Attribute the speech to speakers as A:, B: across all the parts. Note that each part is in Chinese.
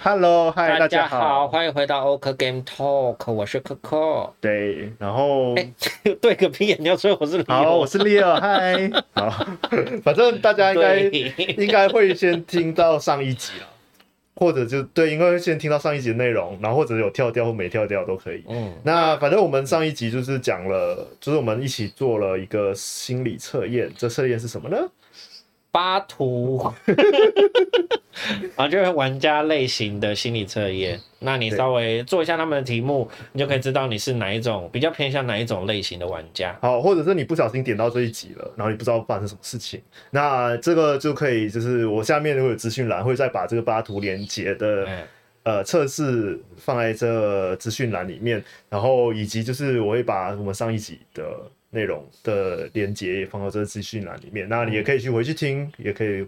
A: Hello，嗨，大
B: 家
A: 家好。
B: 欢迎回到 OK Game Talk，我是 Coco。
A: 对，然后
B: 哎， 对个屁！你要说我是李
A: 嗯好，我
B: 欧，
A: 是 Leo，嗨，好， 反正大家应该
B: 对
A: 应该会先听到上一集了，或者就对，应该会先听到上一集的内容，然后或者有跳掉或没跳掉都可以。
B: 嗯，
A: 那反正我们上一集就是讲了，就是我们一起做了一个心理测验，这测验是什么呢？
B: 巴图， 啊，就是玩家类型的心理测验。那你
A: 对
B: 稍微做一下他们的题目，你就可以知道你是哪一种，比较偏向哪一种类型的玩家。
A: 好，或者是你不小心点到这一集了，然后你不知道发生什么事情，那这个就可以，就是我下面如果有资讯栏会再把这个八图连接的
B: 嗯，
A: 呃测试放在这资讯栏里面，然后以及就是我会把我们上一集的内容的连接也放到这资讯栏里面，那你也可以去回去听，也可以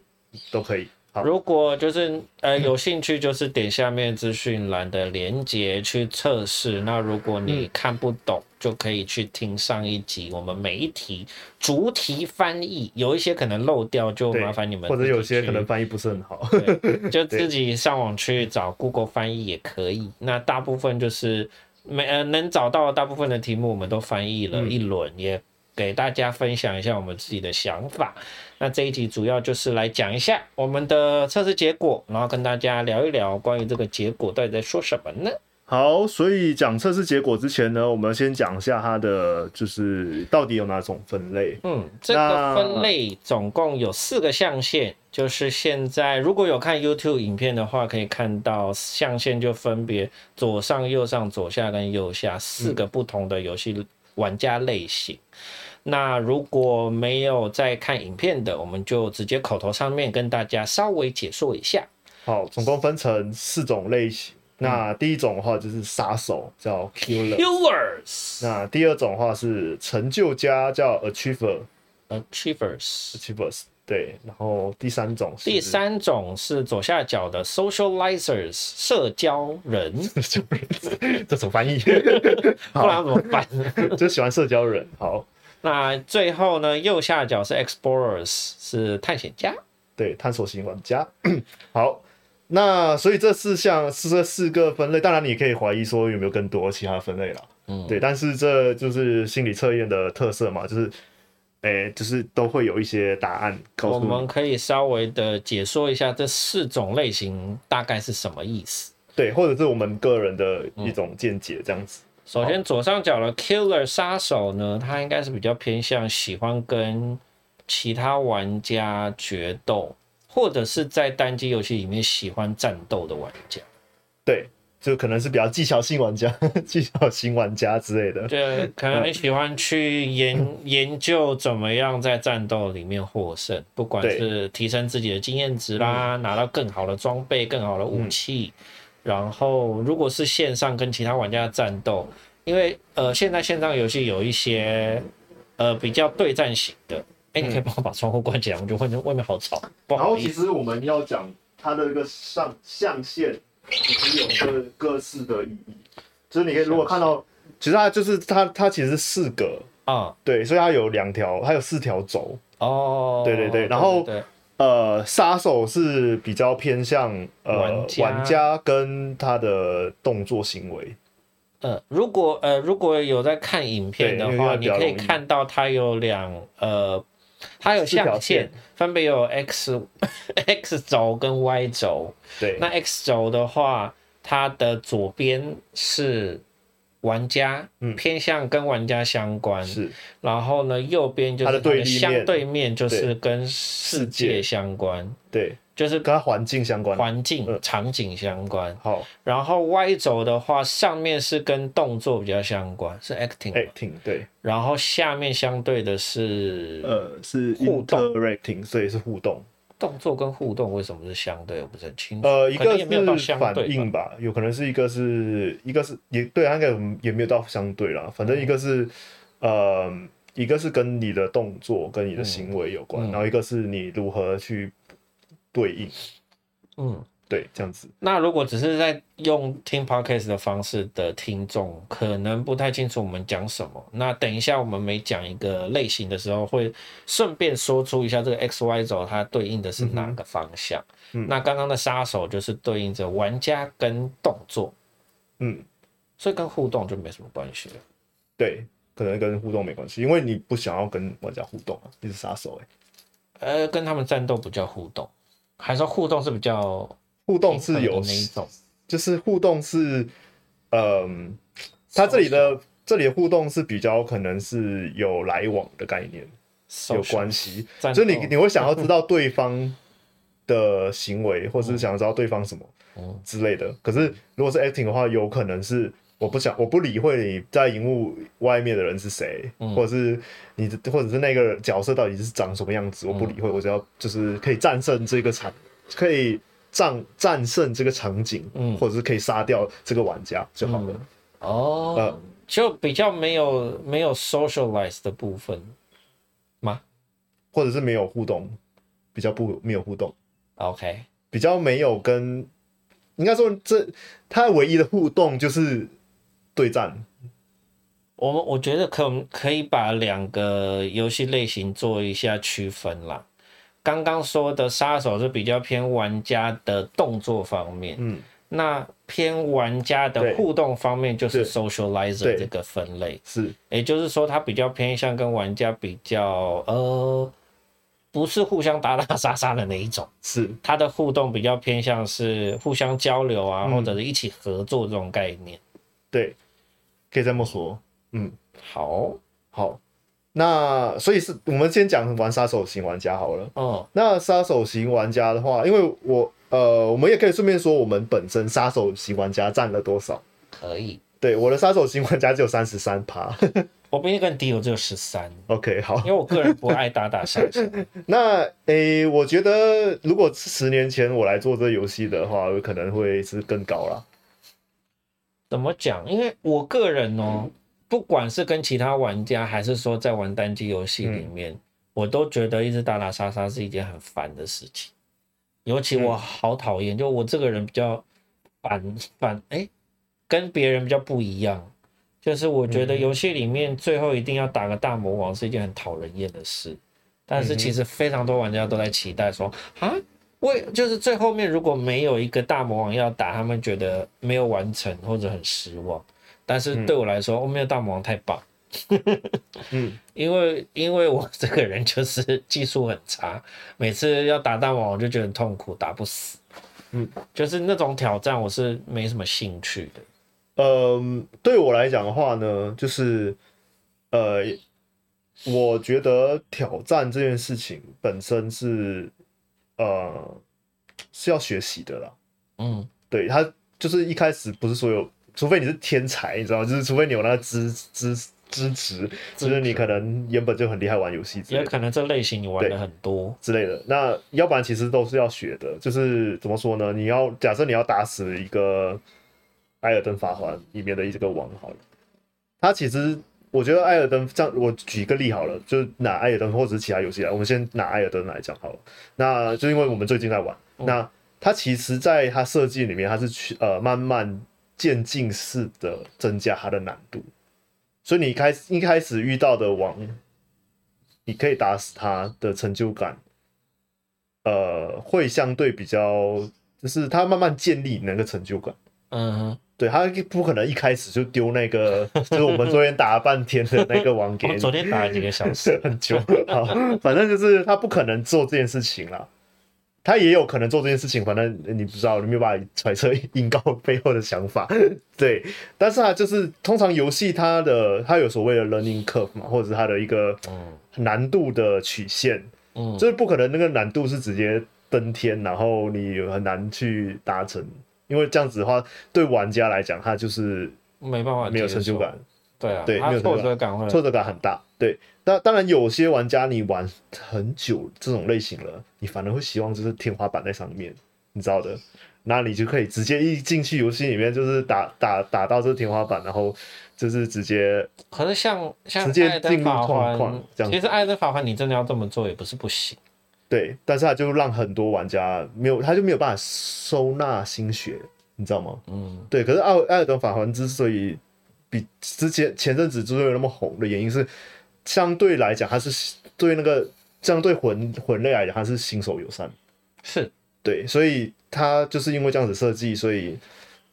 A: 都可以。好，
B: 如果就是呃有兴趣，就是点下面资讯栏的连接去测试。那如果你看不懂，就可以去听上一集，我们每一题逐题翻译，有一些可能漏掉，就
A: 对
B: 麻烦你们
A: 或者有些
B: 自己去
A: 可能翻译不是很好，
B: 对，就自己上网去找 Google 翻译也可以。那大部分就是没呃能找到的大部分的题目，我们都翻译了一轮，也给大家分享一下我们自己的想法。那这一集主要就是来讲一下我们的测试结果，然后跟大家聊一聊关于这个结果到底在说什么呢？
A: 好，所以讲测试结果之前呢，我们先讲一下它的就是到底有哪种分类。
B: 嗯，这个
A: 那
B: 分类总共有四个象限，就是现在如果有看 YouTube 影片的话，可以看到象限就分别左上、右上、左下跟右下四个不同的游戏玩家类型。那如果没有在看影片的，我们就直接口头上面跟大家稍微解说一下。
A: 好，总共分成四种类型。那第一种的话就是杀手，叫 killer；
B: Viewers、
A: 那第二种的话是成就家，叫 achiever。
B: Achievers。
A: Achievers，对，然后第三种是
B: 第三种是左下角的 Socializers 社交人，
A: 就是 这种翻译，
B: 不然怎么办？
A: 就喜欢社交人。好，
B: 那最后呢，右下角是 Explorers，是探险家。
A: 对，探索型玩家。好，那所以这四项是这四个分类，当然你可以怀疑说有没有更多其他分类啦。
B: 嗯
A: 对，但是这就是心理测验的特色嘛，就是，诶、就是都会有一些答案告
B: 我
A: 诉你
B: 们，可以稍微的解说一下这四种类型大概是什么意思。
A: 对，或者是我们个人的
B: 嗯
A: 一种见解这样子。
B: 首先，左上角的 Killer 杀手呢，他应该是比较偏向喜欢跟其他玩家决斗，或者是在单机游戏里面喜欢战斗的玩家。
A: 对，就可能是比较技巧性玩家、 技巧型玩家之类的。
B: 对，可能喜欢去研
A: 嗯
B: 研究怎么样在战斗里面获胜，不管
A: 对嗯
B: 是提升自己的经验值啦，拿到更好的装备、更好的武器。然后，如果是线上跟其他玩家战斗，因为呃，现在线上游戏有一些呃比较对战型的。哎，你可以帮我把窗户关起来，我觉得外面外面好吵，不
A: 嗯然
B: 好
A: 后
B: 意
A: 其
B: 思。
A: 实我们要讲它的一个上象限，其实有各各式的意义。就是你可以如果看到，其实它就是它它其实是四个，
B: 啊、
A: 对，所以它有两条，它有四条轴。
B: 哦，
A: 对对对然后
B: 对
A: 呃，杀手是比较偏向呃
B: 玩家
A: 玩家跟他的动作行为，
B: 呃，如果呃如果有在看影片的
A: 对因为
B: 话，
A: 它比
B: 你
A: 较
B: 可以
A: 容易
B: 看到它有两呃，它有
A: 四条
B: 象限
A: 线，
B: 分别有 x x 轴跟 y 轴。
A: 对
B: 那 x 轴的话，它的左边是玩家，
A: 嗯
B: 偏向跟玩家相关，
A: 是
B: 然后呢，右边就
A: 它
B: 是
A: 的对立面
B: 相对面就是跟世界
A: 界
B: 相关，
A: 对，
B: 就是
A: 跟他环境相关。
B: 环境、
A: 嗯
B: 场景相关。
A: 好
B: 然后 Y 轴的话，上面是跟动作比较相关，是 acting 嘛。
A: ，acting 哎对，
B: 然后下面相对的是
A: 呃，是
B: 互动
A: interacting，所以是互动。
B: 动作跟互动，为什么是相对？我不是很清楚。
A: 呃，一
B: 可能
A: 个
B: 也没有到
A: 是
B: 相
A: 反
B: 对吧。
A: 应吧，有可能是一个是一个是也对，它应该有也没有到相对啦，反
B: 哦
A: 正一个是、呃，一个是跟你的动作跟你的行为有关，
B: 嗯
A: 然后一个是你如何去对应。
B: 嗯，
A: 对，这样子。
B: 那如果只是在用听 podcast 的方式的听众，可能不太清楚我们讲什么。那等一下我们每讲一个类型的时候，会顺便说出一下这个 X Y 轴它对应的是哪个方向。
A: 嗯
B: 那刚刚的杀手就是对应着玩家跟动作，
A: 嗯，
B: 所以跟互动就没什么关系了。
A: 对，可能跟互动没关系，因为你不想要跟玩家互动啊，你是杀手哎、
B: 呃，跟他们战斗不叫互动，还说互动是比较
A: 互动
B: 平
A: 是
B: 衡的
A: 有
B: 那一种。
A: 就是互动是，嗯，它这里的这里的互动是比较可能是有来往的概念，有关系，
B: 战
A: 就是你
B: 斗
A: 你会想要知道对方的行为，或是想要知道对方什么
B: 嗯
A: 之类的。可是如果是 acting 的话，有可能是我不想我不理会你在荧幕外面的人是谁，
B: 嗯
A: 或者是你的或者是那个角色到底是长什么样子，我
B: 嗯
A: 不理会，我只要就是可以战胜这个场，可以。战战胜这个场景，
B: 嗯
A: 或者是可以杀掉这个玩家就好了。
B: 哦，
A: 呃
B: 就比较没有没有 socialize 的部分吗
A: 或者是没有互动，比较不没有互动，
B: ？OK，
A: 比较没有跟，应该说这他唯一的互动就是对战，
B: 我们我觉得可可以把两个游戏类型做一下区分啦。刚刚说的杀手是比较偏玩家的动作方面，
A: 嗯，
B: 那偏玩家的
A: 对
B: 互动方面就
A: 对
B: 是 socializer
A: 对
B: 这个分类。
A: 是
B: 也就是说，它比较偏向跟玩家比较呃，不是互相打打杀杀的那一种，
A: 是，
B: 它的互动比较偏向是互相交流啊，
A: 嗯
B: 或者是一起合作这种概念。
A: 对，可以这么说。
B: 好，
A: 好，那所以是我们先讲玩杀手型玩家好了。
B: 嗯
A: 那杀手型玩家的话，因为我呃，我们也可以顺便说我们本身杀手型玩家占了多少。
B: 可以。
A: 对，我的杀手型玩家只有三十三趴。
B: 我比你更低，我只有十三，
A: OK，好
B: 因。为我个人不爱打打杀 杀。
A: 那诶、我觉得如果是十年前我来做这游戏的话，有可能会是更高啦。
B: 怎么讲？因为我个人哦，不管是跟其他玩家，还是说在玩单机游戏里面，我都觉得一直打打杀杀是一件很烦的事情。尤其我好讨厌，就我这个人比较反反哎、跟别人比较不一样，就是我觉得游戏里面最后一定要打个大魔王是一件很讨人厌的事。但是其实非常多玩家都在期待说啊，为就是最后面如果没有一个大魔王要打，他们觉得没有完成或者很失望。但是对我来说，我、哦、没有大魔王太棒，
A: 嗯，
B: 因为因为我这个人就是技术很差，每次要打大魔王我就觉得很痛苦，打不死。
A: 嗯，
B: 就是那种挑战我是没什么兴趣的。
A: 嗯，对我来讲的话呢，就是呃，我觉得挑战这件事情本身是呃是要学习的啦。
B: 嗯，
A: 对他就是一开始不是所有，除非你是天才，你知道吗？就是除非你有那个资资资质，就是你可能原本就很厉害玩游戏之类
B: 也
A: 的
B: 可能这类型你玩的很多，
A: 之类的。那要不然其实都是要学的，就是怎么说呢？你要假设你要打死一个《艾尔登法环》里面的这个王好了，他其实我觉得《艾尔登》这样，我举一个例好了，就是拿《艾尔登》或者是其他游戏来，啊我们先拿《艾尔登》来讲好了。那就因啊为我们最近在玩，那它其实在它设计里面，它是去呃慢慢渐进式的增加它的难度，所以你一开始一开始遇到的王，你可以打死他的成就感，呃，会相对比较，就是他慢慢建立那个成就感。
B: 嗯哼，
A: 对他不可能一开始就丢那 个，就是我们昨天打了半天的那个王给
B: 我
A: 你，，
B: 昨天打了几个小时
A: 很久。好，反正就是他不可能做这件事情啦。他也有可能做这件事情，反正你不知道，你没有办法揣测硬告背后的想法。对，但是啊，就是通常游戏它的它有所谓的 learning curve 嘛，或者是它的一个
B: 嗯
A: 难度的曲线，
B: 嗯，
A: 就是不可能那个难度是直接登天，然后你很难去达成，因为这样子的话，对玩家来讲，他就是
B: 没办法，
A: 没有成就感。，
B: 对啊，
A: 对
B: 他
A: 没有成就感
B: 挫折感会
A: 挫折感很大。对，那当然有些玩家你玩很久这种类型了，你反而会希望就是天花板在上面，你知道的。那你就可以直接一进去游戏里面，就是打打打到这天花板，然后就是直接
B: 可是像像
A: 直接
B: 艾
A: 进
B: 登
A: 入状
B: 法环
A: 况这，样
B: 其实艾登法环你真的要这么做也不是不行，
A: 对，但是它就让很多玩家没有，他就没有办法收纳新血，你知道吗？
B: 嗯，
A: 对，可是艾尔《艾尔登法环》之所以比之前前阵子之所以那么红的原因是，相对来讲，它是对那个相对魂魂类来讲，它是新手友善。
B: 是
A: 对，所以它就是因为这样子设计，所以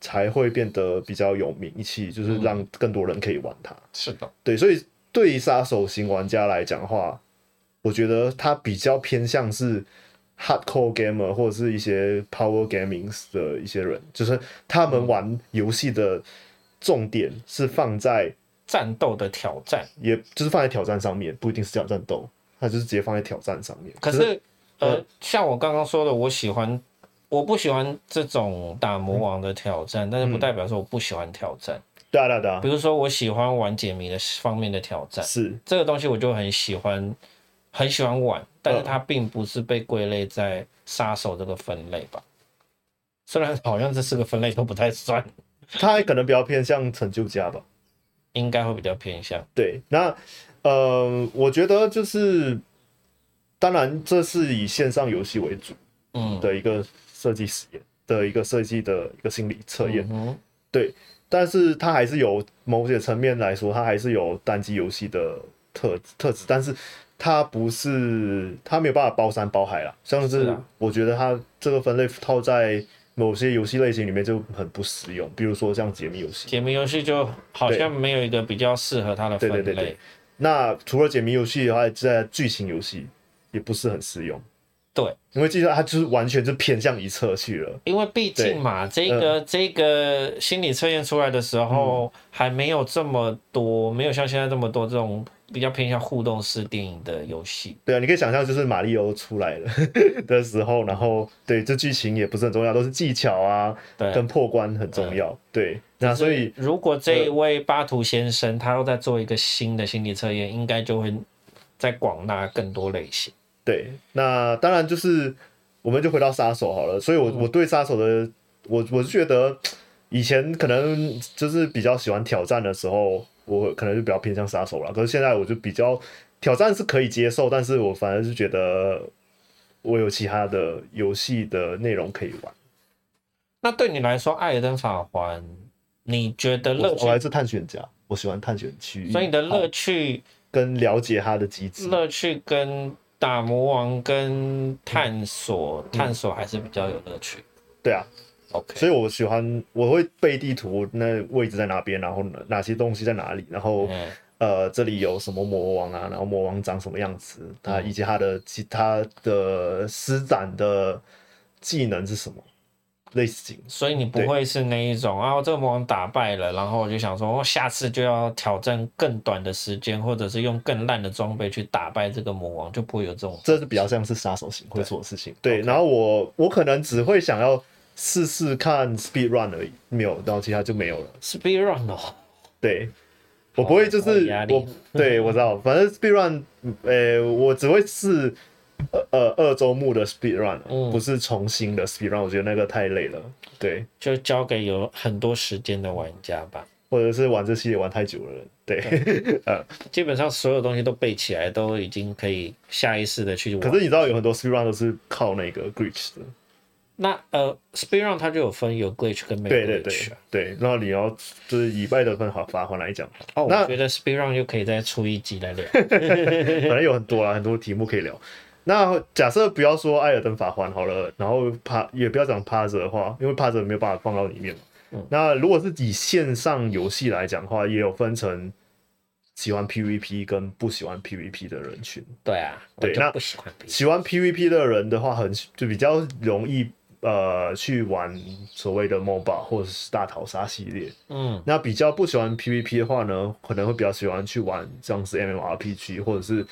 A: 才会变得比较有名气，就是让更多人可以玩它。
B: 是的，
A: 对，所以对于杀手型玩家来讲的话，我觉得它比较偏向是 hardcore gamer 或者是一些 power gaming 的一些人，就是他
B: 嗯
A: 们玩游戏的重点是放在，
B: 战斗的挑战。
A: 也就是放在挑战上面，不一定是讲战斗，它就是直接放在挑战上面。
B: 可是，呃，像我刚刚说的，我喜欢，我不喜欢这种打魔王的挑战，但是
A: 嗯
B: 不代表说我不喜欢挑战。
A: 对啊，对啊，对啊
B: 比，如说，我喜欢玩解谜的方面的挑战，
A: 是
B: 这个东西我就很喜欢，很喜欢玩，但
A: 嗯
B: 是它并不是被归类在杀手这个分类吧？虽然好像这四个分类都不太算，
A: 它可能比较偏向成就家吧。
B: 应该会比较偏向。
A: 对，那呃，我觉得就是，当然这是以线上游戏为主
B: 嗯，
A: 的一个设计实验的一个设计的一个心理测验，
B: 嗯哼，
A: 但是它还是有某些层面来说，它还是有单机游戏的特特质，但是它不是它没有办法包山包海啦，像
B: 是
A: 是
B: 啊
A: 我觉得它这个分类套在某些游戏类型里面就很不实用，比如说像解密游戏。
B: 解谜游戏就好像没有一个比较适合它的分类。
A: 对对对那除了解谜游戏的话，在剧情游戏也不是很适用。
B: 对，
A: 因为剧情它就是完全就偏向一侧去了。
B: 因为毕竟嘛，这
A: 嗯
B: 个、这个心理测验出来的时候，还没有这么多，没有像现在这么多这种比较偏向互动式电影的游戏。
A: 对啊，你可以想象，就是马里欧出来了 的时候，然后对这剧情也不是很重要，都是技巧啊
B: 对，
A: 跟破关很重要。对，那啊所以呃
B: 如果这一位巴图先生他又在做一个新的心理测验，应该就会再广纳更多类型。
A: 对，那当然就是我们就回到杀手好了。所以我，我对杀手的，我我是觉得以前可能就是比较喜欢挑战的时候，我可能就比较偏向杀手了。可是现在我就比较挑战是可以接受，但是我反而是觉得我有其他的游戏的内容可以玩，
B: 那对你来说，《艾尔登法环》，你觉得乐
A: 我我还
B: 趣？
A: 是探险家，我喜欢探险区域，
B: 所以你的乐趣、
A: 跟了解它的机制。
B: 乐趣跟打魔王跟探
A: 嗯
B: 索、探索还是比较有乐趣。
A: 对啊，
B: OK，
A: 所以我喜欢我会背地图，那位置在哪边，然后哪哪些东西在哪里，然后。
B: 嗯
A: 呃，这里有什么魔王啊，然后魔王长什么样子，他
B: 嗯
A: 以及他的其他的施展的技能是什么类型。
B: 所以你不
A: 对
B: 会是那一种啊，这个魔王打败了，然后我就想说，哦下次就要挑战更短的时间，或者是用更烂的装备去打败这个魔王，就不会有这种。
A: 这是比较像是杀手型会做的事情。对，
B: OK
A: 然后我我可能只会想要试试看 speed run 而已，没有，然后其他就没有了。
B: speed run 哦，
A: 对，我不会就
B: 好有
A: 是
B: 压力
A: 我对我知道，反正 speed run，呃，我只会试呃呃二周目的 speed run，、
B: 嗯
A: 不是重新的 speed run，我觉得那个太累了。对。
B: 就交给有很多时间的玩家吧。
A: 或者是玩这系列玩太久了，对。
B: 基本上所有东西都背起来，都已经可以下意识的去
A: 可
B: 玩。
A: 是你知道有很多 speed run 都是靠那个 glitch 的，
B: 那呃，speed run 它就有分有 glitch 跟没有
A: 对对
B: glitch
A: 对
B: 啊。
A: 对。然后你要就是以外的分好罚款来讲，
B: 哦，
A: 那
B: 我觉得 speed run 又可以再出一集来 聊。
A: 反正有很多啦，很多题目可以聊。那假设不要说艾尔登法环好了，然后帕也不要讲帕着的话，因为帕着没有办法放到里面嘛。那如果是以线上游戏来讲的话，也有分成喜欢 PVP 跟不喜欢 PVP 的人群。
B: 对啊，我
A: 对
B: 就
A: 那
B: 不喜欢 speed
A: 喜欢 PVP 的人的话很，就比较容易呃去玩所谓的 MOBA 或者是大逃杀系列。
B: 嗯，
A: 那比较不喜欢 PVP 的话呢，可能会比较喜欢去玩像是 MMORPG 或者是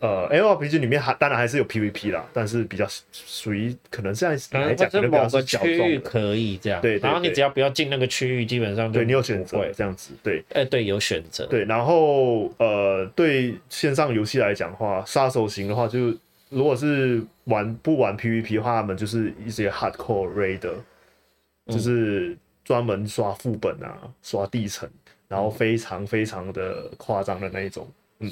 A: 呃 MMORPG 里面还当然还是有 PVP 啦，但是比较属于可能现在来讲
B: 反
A: 可
B: 正
A: 能比
B: 某
A: 较
B: 个
A: 是小
B: 区
A: 众
B: 域
A: 的。
B: 可以这样，
A: 对对
B: 然后你
A: 对
B: 只要不要进那个区域，基本上就
A: 对你有选
B: 不
A: 择
B: 会
A: 这样子，对
B: 哎、对，有选择，
A: 对。然后呃，对线上游戏来讲的话，杀手型的话就，如果是玩不玩 PVP 的话，他们就是一些 hardcore raider，就是专门刷副本啊，刷地层，然后非常非常的 夸张的那一种，嗯，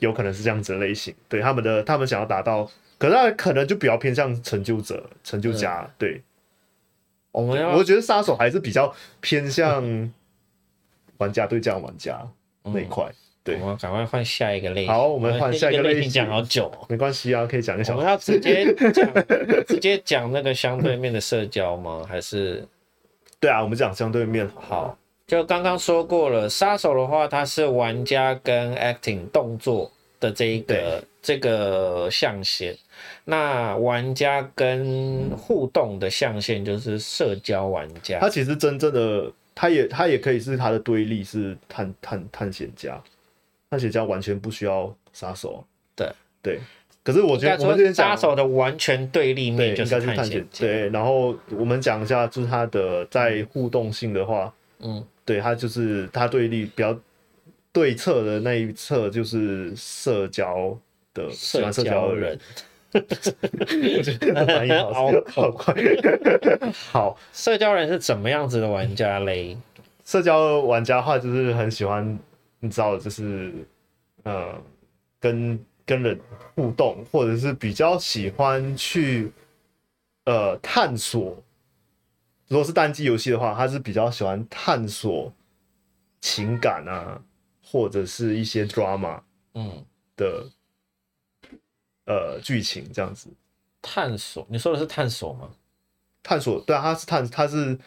A: 有可能是这样子的类型。对他们的，他们想要达到可是他可能就比较偏向成就者、成就家。对，
B: 我们要
A: 我觉得杀手还是比较偏向玩家对战玩家那一块。对
B: 我们赶快换下一个类型。
A: 好我们换下一个
B: 个
A: 类型
B: 型，讲好久哦、
A: 没关系啊，可以讲一
B: 我
A: 讲
B: 们。要直接讲， 直接讲那个相对面的社交吗？还是
A: 对啊，我们讲相对面。
B: 好？就刚刚说过了，杀手的话，它是玩家跟 acting 动作的这一个这个象限。那玩家跟互动的象限就是社交玩家
A: 他。其实真正的，他也他也可以是他的对立是探探探险家，探险家完全不需要杀手。啊
B: 对
A: 对，可是我
B: 应
A: 觉
B: 该
A: 得我们
B: 说
A: 之前，讲
B: 杀手的完全对立
A: 对
B: 面就
A: 应该是
B: 探
A: 探
B: 险
A: 险
B: 家。
A: 对，然后我们讲一下，就是他的在互动性的话，
B: 嗯，
A: 对他就是他对立比较对侧的那一侧就是社交的喜
B: 社
A: 欢啊社
B: 交
A: 交的
B: 人
A: 人，， 我觉得反应好 好快。好，
B: 社交人是怎么样子的玩家嘞？
A: 社交玩家的话，就是很喜欢，你知道，就是呃，跟跟人互动，或者是比较喜欢去呃探索。如果是单机游戏的话，他是比较喜欢探索情感啊，或者是一些 drama
B: 嗯，
A: 的呃剧情这样子。
B: 探索，你说的是探索吗？
A: 探索，对啊，他是探，他是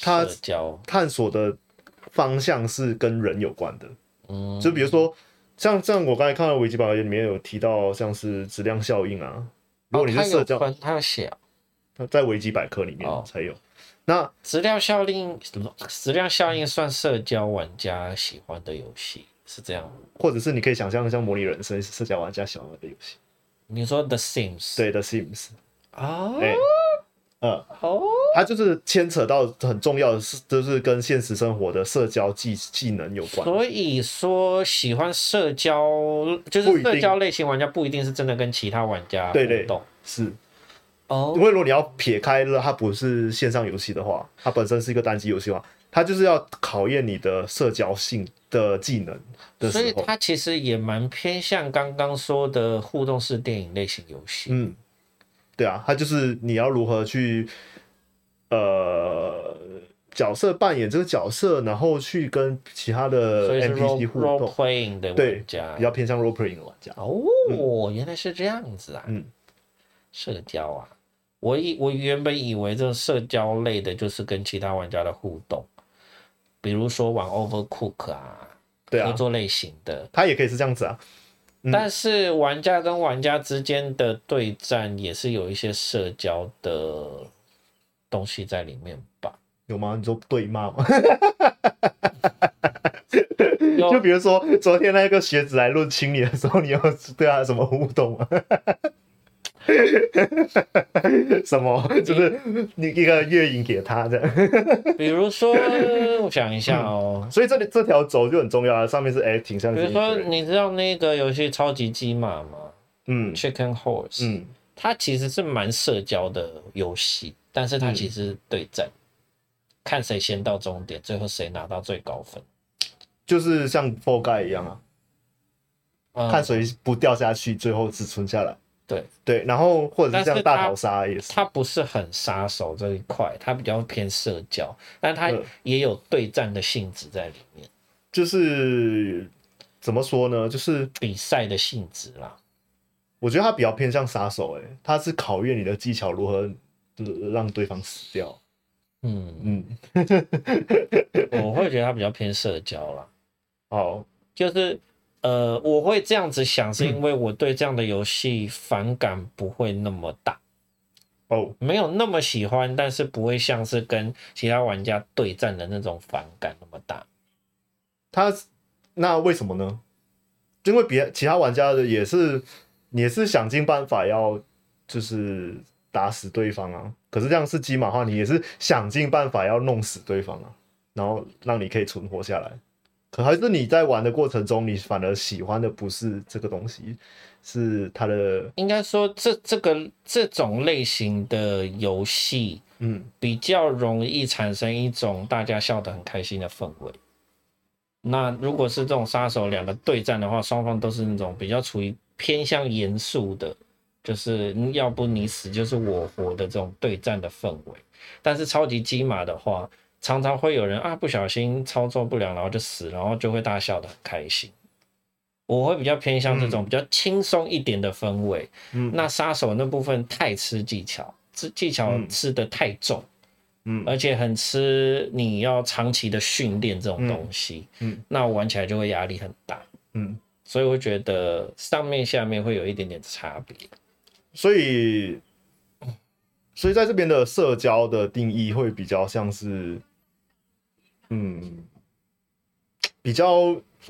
A: 他
B: 社交，
A: 探索的方向是跟人有关的。
B: 嗯，
A: 就比如说，像像我刚才看到维基百科里面有提到，像是质量效应啊，如果你是社交，
B: 哦它有分它有写哦
A: 在维基百科里面
B: 哦
A: 才有。那
B: 质量效应，什么质量效应算社交玩家喜欢的游戏是这样吗？
A: 或者是你可以想象，像模拟人生是社交玩家喜欢玩的游戏，
B: 你说 The Sims
A: 对的 Sims，
B: 啊，
A: 哎、呃，
B: 哦，
A: 它就是牵扯到很重要的是，就是跟现实生活的社交技技能有关。
B: 所以说喜欢社交就
A: 不
B: 是
A: 一定
B: 社交类型玩家不一定是真的跟其他玩家
A: 对对
B: 互动
A: 是，
B: 哦
A: 因，为如果你要撇开了它不是线上游戏的话，它本身是一个单机游戏的话，它就是要考验你的社交性的技能的时
B: 所
A: 候。
B: 以它其实也蛮偏向刚刚说的互动式电影类型游戏。
A: 嗯，对啊，他就是你要如何去呃角色扮演这个角色，然后去跟其他的
B: 所以是
A: NPC
B: role
A: 互
B: role
A: 动，
B: playing 的
A: 对
B: 玩家
A: 比较偏向 role playing 的玩家。
B: 哦，原来是这样子啊，
A: 嗯，
B: 社交啊，我以我原本以为这种社交类的就是跟其他玩家的互动，比如说玩 Overcook 啊，
A: 对
B: 合
A: 啊，
B: 作类型的，
A: 他也可以是这样子啊。嗯
B: 但是玩家跟玩家之间的对战也是有一些社交的东西在里面吧？
A: 有吗？你说对骂吗？
B: 有
A: 就比如说昨天那个学子来论清理的时候，你有对他有什么互动吗？ 什么？就是你一个月影给他这样。
B: 比 如说，我想一下哦，
A: 所以这里这条轴就很重要啊，上面是 acting，下
B: 比
A: 面
B: 如
A: 是
B: 说
A: injury
B: 你知道那个游戏《超级鸡马》吗
A: 嗯
B: ？Chicken Horse，
A: 嗯，
B: 它其实是蛮社交的游戏，但是
A: 嗯
B: 它其实是对战，看谁先到终点，最后谁拿到最高分。
A: 就是像 f o r Guy 一样啊，
B: 嗯
A: 看谁不掉下去，最后只存下来。
B: 对
A: 对，然后或者
B: 但
A: 是
B: 是
A: 像大
B: 他
A: 逃杀也是，
B: 它不是很杀手这一块，它比较偏社交，但它
A: 嗯
B: 也有对战的性质在里面，
A: 就是怎么说呢？就是
B: 比赛的性质啦。
A: 我觉得他比较偏向杀手、欸，他是考验你的技巧如何呃让对方死掉。
B: 嗯，
A: 嗯，
B: 我会觉得它比较偏社交啦，
A: 好，
B: 就是呃，我会这样子想，
A: 嗯
B: 是因为我对这样的游戏反感不会那么大。
A: 哦，
B: 没有那么喜欢，但是不会像是跟其他玩家对战的那种反感那么大。
A: 他那为什么呢？因为别其他玩家的也是也是想尽办法要就是打死对方啊，可是这样是鸡马的话，你也是想尽办法要弄死对方啊，然后让你可以存活下来。可还是你在玩的过程中，你反而喜欢的不是这个东西，是它的
B: 应该说这，这个这种类型的游戏
A: 嗯
B: 比较容易产生一种大家笑得很开心的氛围。那如果是这种杀手两个对战的话，双方都是那种比较处于偏向严肃的就是要不你死就是我活的这种对战的氛围。但是超级鸡马的话，常常会有人啊不小心操作不良，然后就死，然后就会大笑的很开心。我会比较偏向这种比较轻松一点的氛围。
A: 嗯
B: 那杀手那部分太吃技巧，吃技巧
A: 嗯
B: 吃的太重。
A: 嗯
B: 而且很吃你要长期的训练这种东西，
A: 嗯嗯
B: 那玩起来就会压力很大，
A: 嗯，
B: 所以我觉得上面下面会有一点点差别。
A: 所以所以在这边的社交的定义会比较像是，嗯，比较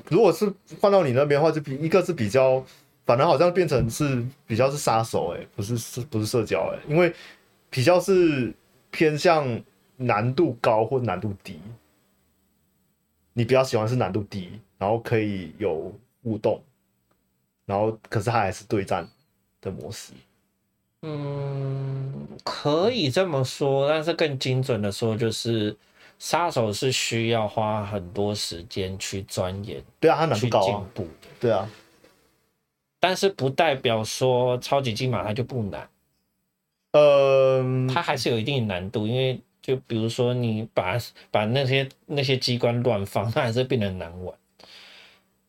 A: 如果是换到你那边的话，就比一个是比较，反而好像变成是比较是杀手、欸，哎，不是是不是社交、欸，哎，因为比较是偏向难度高或难度低，你比较喜欢是难度低，然后可以有互动，然后可是它还是对战的模式，
B: 嗯，可以这么说，但是更精准的说，就是杀手是需要花很多时间去钻研、
A: 对啊，它难度
B: 去
A: 高
B: 进
A: 啊，
B: 步的。
A: 对啊，
B: 但是不代表说超级金马它就不难，
A: 嗯、
B: 它还是有一定的难度，因为就比如说你把把那些那些机关乱放，它还是变得很难玩。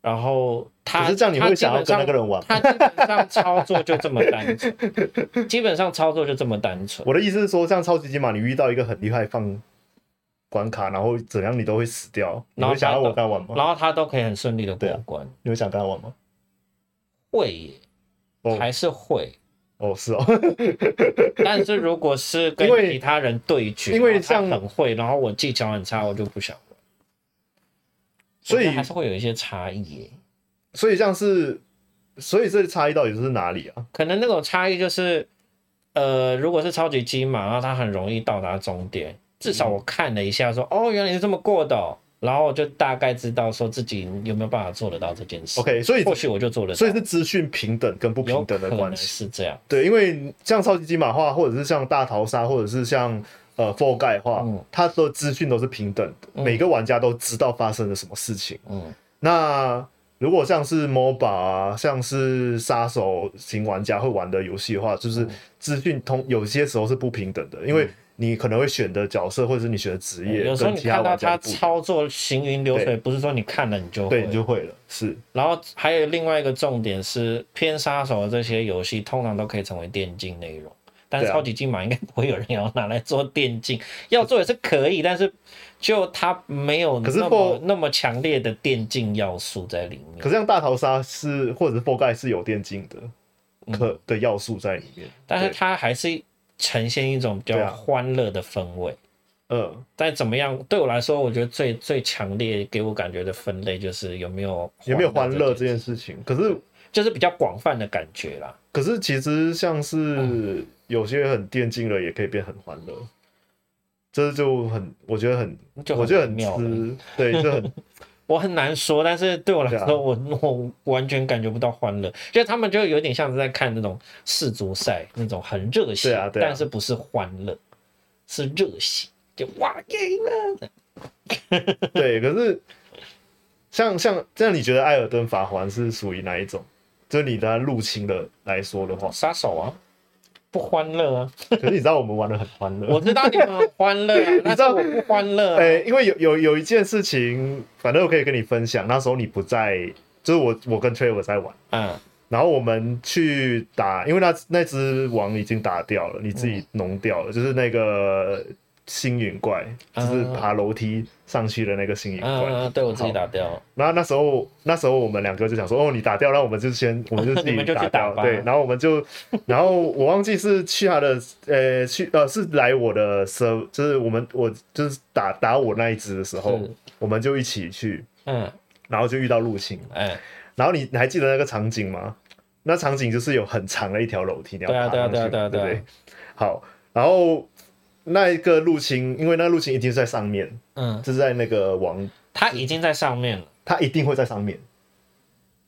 B: 然后它
A: 可是这样你会想要跟那个人玩吗？
B: 它基本上它基本上操作就这么单纯，基本上操作就这么单 纯。
A: 我的意思是说，像超级金马，你遇到一个很厉害放关卡，然后怎样你都会死掉，你
B: 然后
A: 会想要
B: 他
A: 我跟他玩吗？
B: 然后它都可以很顺利的过
A: 对啊
B: 关，
A: 你会想跟他玩吗？
B: 会耶，
A: 哦
B: 还是会。
A: 哦，是哦，
B: 但是如果是跟
A: 因为
B: 其他人对决，
A: 因为
B: 然后他
A: 像
B: 很会，然后我技巧很差，我就不想玩。
A: 所
B: 我觉
A: 以
B: 得还是会有一些差异耶。
A: 所以像是，所以这差异到底是哪里啊？
B: 可能那种差异就是，呃，如果是超级金嘛，然后它很容易到达终点。至少我看了一下说，
A: 嗯
B: 哦，原来是这么过的哦、然后我就大概知道说自己有没有办法做得到这件事。
A: OK，所以
B: 或许我就做得到，
A: 所以是资讯平等跟不
B: 有
A: 平
B: 可
A: 等的
B: 能
A: 关系。
B: 是这样。
A: 对，因为像超级金马化，或者是像大逃杀，或者是像呃 f o r g u y 化
B: 嗯，
A: 它的资讯都是平等的，每个玩家都知道发生了什么事情。
B: 嗯，
A: 那如果像是 MOBA 啊，像是杀手型玩家会玩的游戏的话，
B: 嗯
A: 就是资讯通有些时候是不平等的，因为你可能会选的角色或者是你选的职业
B: 哎有时候
A: 跟
B: 你
A: 其他
B: 看到
A: 玩
B: 他
A: 家不一样，
B: 操作行云流水，不是说你看了你就
A: 对，你
B: 会。嗯
A: 就会了。是，
B: 然后还有另外一个重点是，偏杀手的这些游戏通常都可以成为电竞内容，但是
A: 对啊
B: 超级金马应该不会有人要拿来做电竞，要做也是可以，但是就它没有
A: 可是
B: 那么
A: 破
B: 那么强烈的电竞要素在里面
A: 可。是像大逃杀是或者是 f o r g u y 是有电竞
B: 嗯
A: 的可的要素在里面，
B: 但是
A: 对
B: 它还是呈现一种比
A: 对
B: 较
A: 啊
B: 欢乐的氛围。
A: 嗯，
B: 但怎么样，对我来说，我觉得最最强烈给我感觉的分类就是有没有
A: 有没有欢乐
B: 这
A: 这
B: 件事，
A: 件事情？可是
B: 就是比较广泛的感觉啦。
A: 可是其实像
B: 嗯
A: 是有些很电竞的也可以变很欢乐，这就很我觉得很
B: 就很
A: 我觉得很
B: 妙
A: 吃，对，就 很
B: 我很难说，但是对我来说，
A: 对啊
B: 我我完全感觉不到欢乐，就他们就有点像是在看那种世足赛那种很热血，
A: 对啊对啊
B: 但是不是欢乐，是热血，就哇赢了，
A: 对。可是像像这样，你觉得《艾尔登法环》是属于哪一种？就你的入侵的来说 的话，
B: 杀手啊，不欢乐啊，
A: 可是你知道我们玩的很欢乐，
B: 我知道你们很 欢乐、啊，但
A: 知
B: 是
A: 道
B: 我不欢乐、啊，
A: 哎、因为有有有一件事情，反正我可以跟你分享。那时候你不在，就是我我跟 Trevor 在玩，
B: 嗯
A: 然后我们去打，因为那那只王已经打掉了，你自
B: 嗯
A: 己弄掉了，就是那个星陨怪，就是爬楼梯上去的那个星陨怪。
B: 嗯嗯，对我自己
A: 好
B: 打掉了，
A: 然后那时候，那时候我们两个就想说，哦，你打掉，那我们就先，我们就自
B: 你
A: 己
B: 们就去
A: 打
B: 打
A: 掉，
B: 吧
A: 对。然后我们就，然后我忘记是去他的，呃，去呃是来我的 server，就是我们我就是打打我那一只的时候
B: 是，
A: 我们就一起去，
B: 嗯
A: 然后就遇到入侵。
B: 哎，
A: 然后你你还记得那个场景吗？那场景就是有很长的一条楼梯，你要
B: 对啊
A: 爬上去，
B: 对啊对啊对啊
A: 对不
B: 对啊
A: 对？好，然后那一个入侵，因为那个入侵一定是在上面，
B: 嗯，
A: 就是在那个王，
B: 他已经在上面了，
A: 他一定会在上面。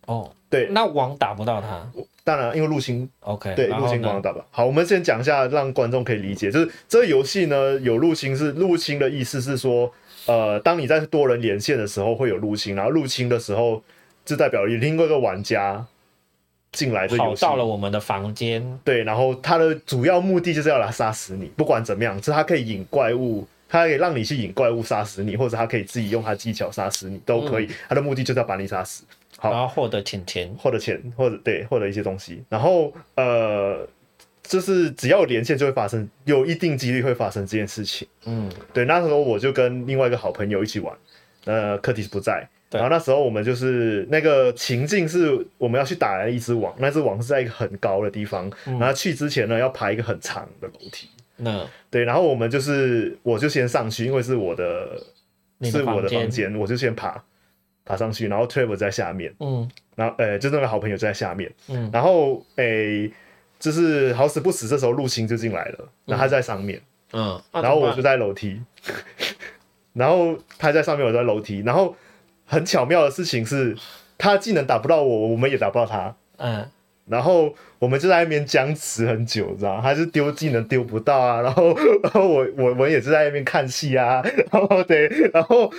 B: 哦，
A: 对，
B: 那王打不到他
A: 当然因为入侵
B: ，OK，
A: 对，
B: 哎然
A: 入
B: 后
A: 侵
B: 呢
A: 广打吧。好，我们先讲一下，让观众可以理解，就是这个游戏呢有入侵是入侵的意思是说，呃，当你在多人连线的时候会有入侵，然后入侵的时候就代表有另外一个玩家进来这
B: 跑
A: 游戏
B: 到了我们的房间，
A: 对，然后它的主要目的就是要来杀死你，不管怎么样，是它可以引怪物，它可以让你去引怪物杀死你，或者它可以自己用它技巧杀死你，都可
B: 嗯
A: 以。它的目的就是要把你杀死，好
B: 然后获得钱钱。
A: 或者钱，或者对，或者一些东西。然后呃，就是只要有连线就会发生，有一定几率会发生这件事情。
B: 嗯，
A: 对，那时候我就跟另外一个好朋友一起玩，呃，柯蒂斯不在。
B: 对
A: 然后那时候我们就是那个情境是我们要去打一只网，那只网是在一个很高的地方，
B: 嗯
A: 然后去之前呢要爬一个很长的楼梯。
B: 那
A: 对，然后我们就是我就先上去，因为是我的
B: 你
A: 是
B: 的
A: 我的
B: 间
A: 房，间，我就先爬爬上去，然后 Trevor 在下面，
B: 嗯
A: 然后呃就是那个好朋友在下面，
B: 嗯
A: 然后诶、就是好死不死这时候入侵就进来了，然后他在上面。
B: 嗯，啊
A: 然后我
B: 怎
A: 就
B: 么
A: 在楼梯， 然后他在上面，我在楼梯。然后很巧妙的事情是，他技能打不到我，我们也打不到他。
B: 办嗯，
A: 然后我们就在那边僵持很久，你知道吗？他就丢技能丢不到啊，然 后然后我我我也是在那边看戏啊， 然后对，然后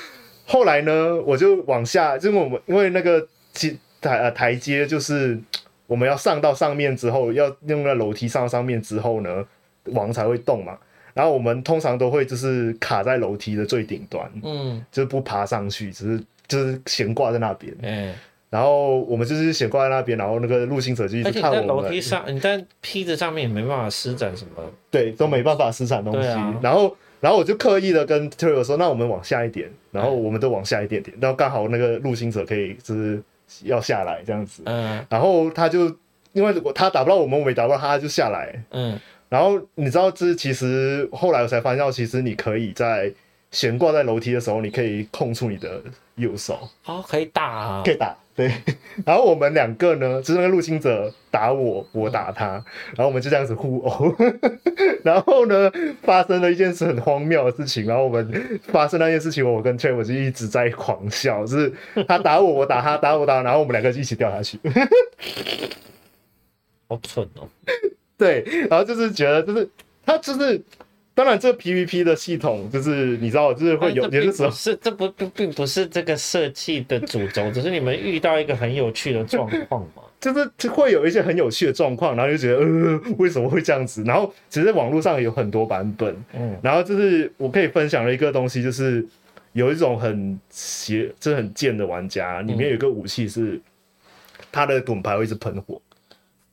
A: 后来呢，我就往下，就因为我们因为那个阶台呃台阶就是我们要上到上面之后，要用那楼梯上到上面之后呢，网才会动嘛。然后我们通常都会就是卡在楼梯的最顶端，
B: 嗯，
A: 就是不爬上去，只是就是悬挂在那边。
B: 哎，
A: 然后我们就是悬挂在那边，然后那个入侵者就一直
B: 而且你
A: 看我
B: 在
A: 们，
B: 楼梯上，你在梯子上面也没办法施展什么，
A: 对，都没办法施展东西。
B: 对啊
A: 然后，然后我就刻意的跟 t e r r 说，那我们往下一点，然后我们都往下一点点，然后刚好那个入侵者可以就是要下来这样子，
B: 嗯
A: 然后他就因为我他打不到我们，我们也打不到他，他就下来。
B: 嗯
A: 然后你知道，这其实后来我才发现到，其实你可以在悬挂在楼梯的时候，你可以控出你的右手。
B: 哦，可以打啊
A: 可，以 打，对。然后我们两个呢，就是那个入侵者打我，我打他，然后我们就这样子互殴。 然后呢，发生了一件事很荒谬的事情。然后我们发生那件事情，我跟 Trevor 就一直在狂笑，就是他打我，我打他，打我打他，然后我们两个就一起掉下去。
B: 好蠢哦，
A: 对，然后就是觉得，就是他就是。当然，这 PVP 的系统就是你知道，就是会有
B: 但
A: 有些
B: 哎嗯这并
A: 时候
B: 不是这不并并不是这个设计的主 轴，只是你们遇到一个很有趣的状况嘛。
A: 就是就会有一些很有趣的状况，然后就觉得呃为什么会这样子？然后其实网络上有很多版本，
B: 嗯
A: 然后就是我可以分享的一个东西，就是有一种很邪，就是很贱的玩家，里面有一个武器是他的盾牌会一直喷火，，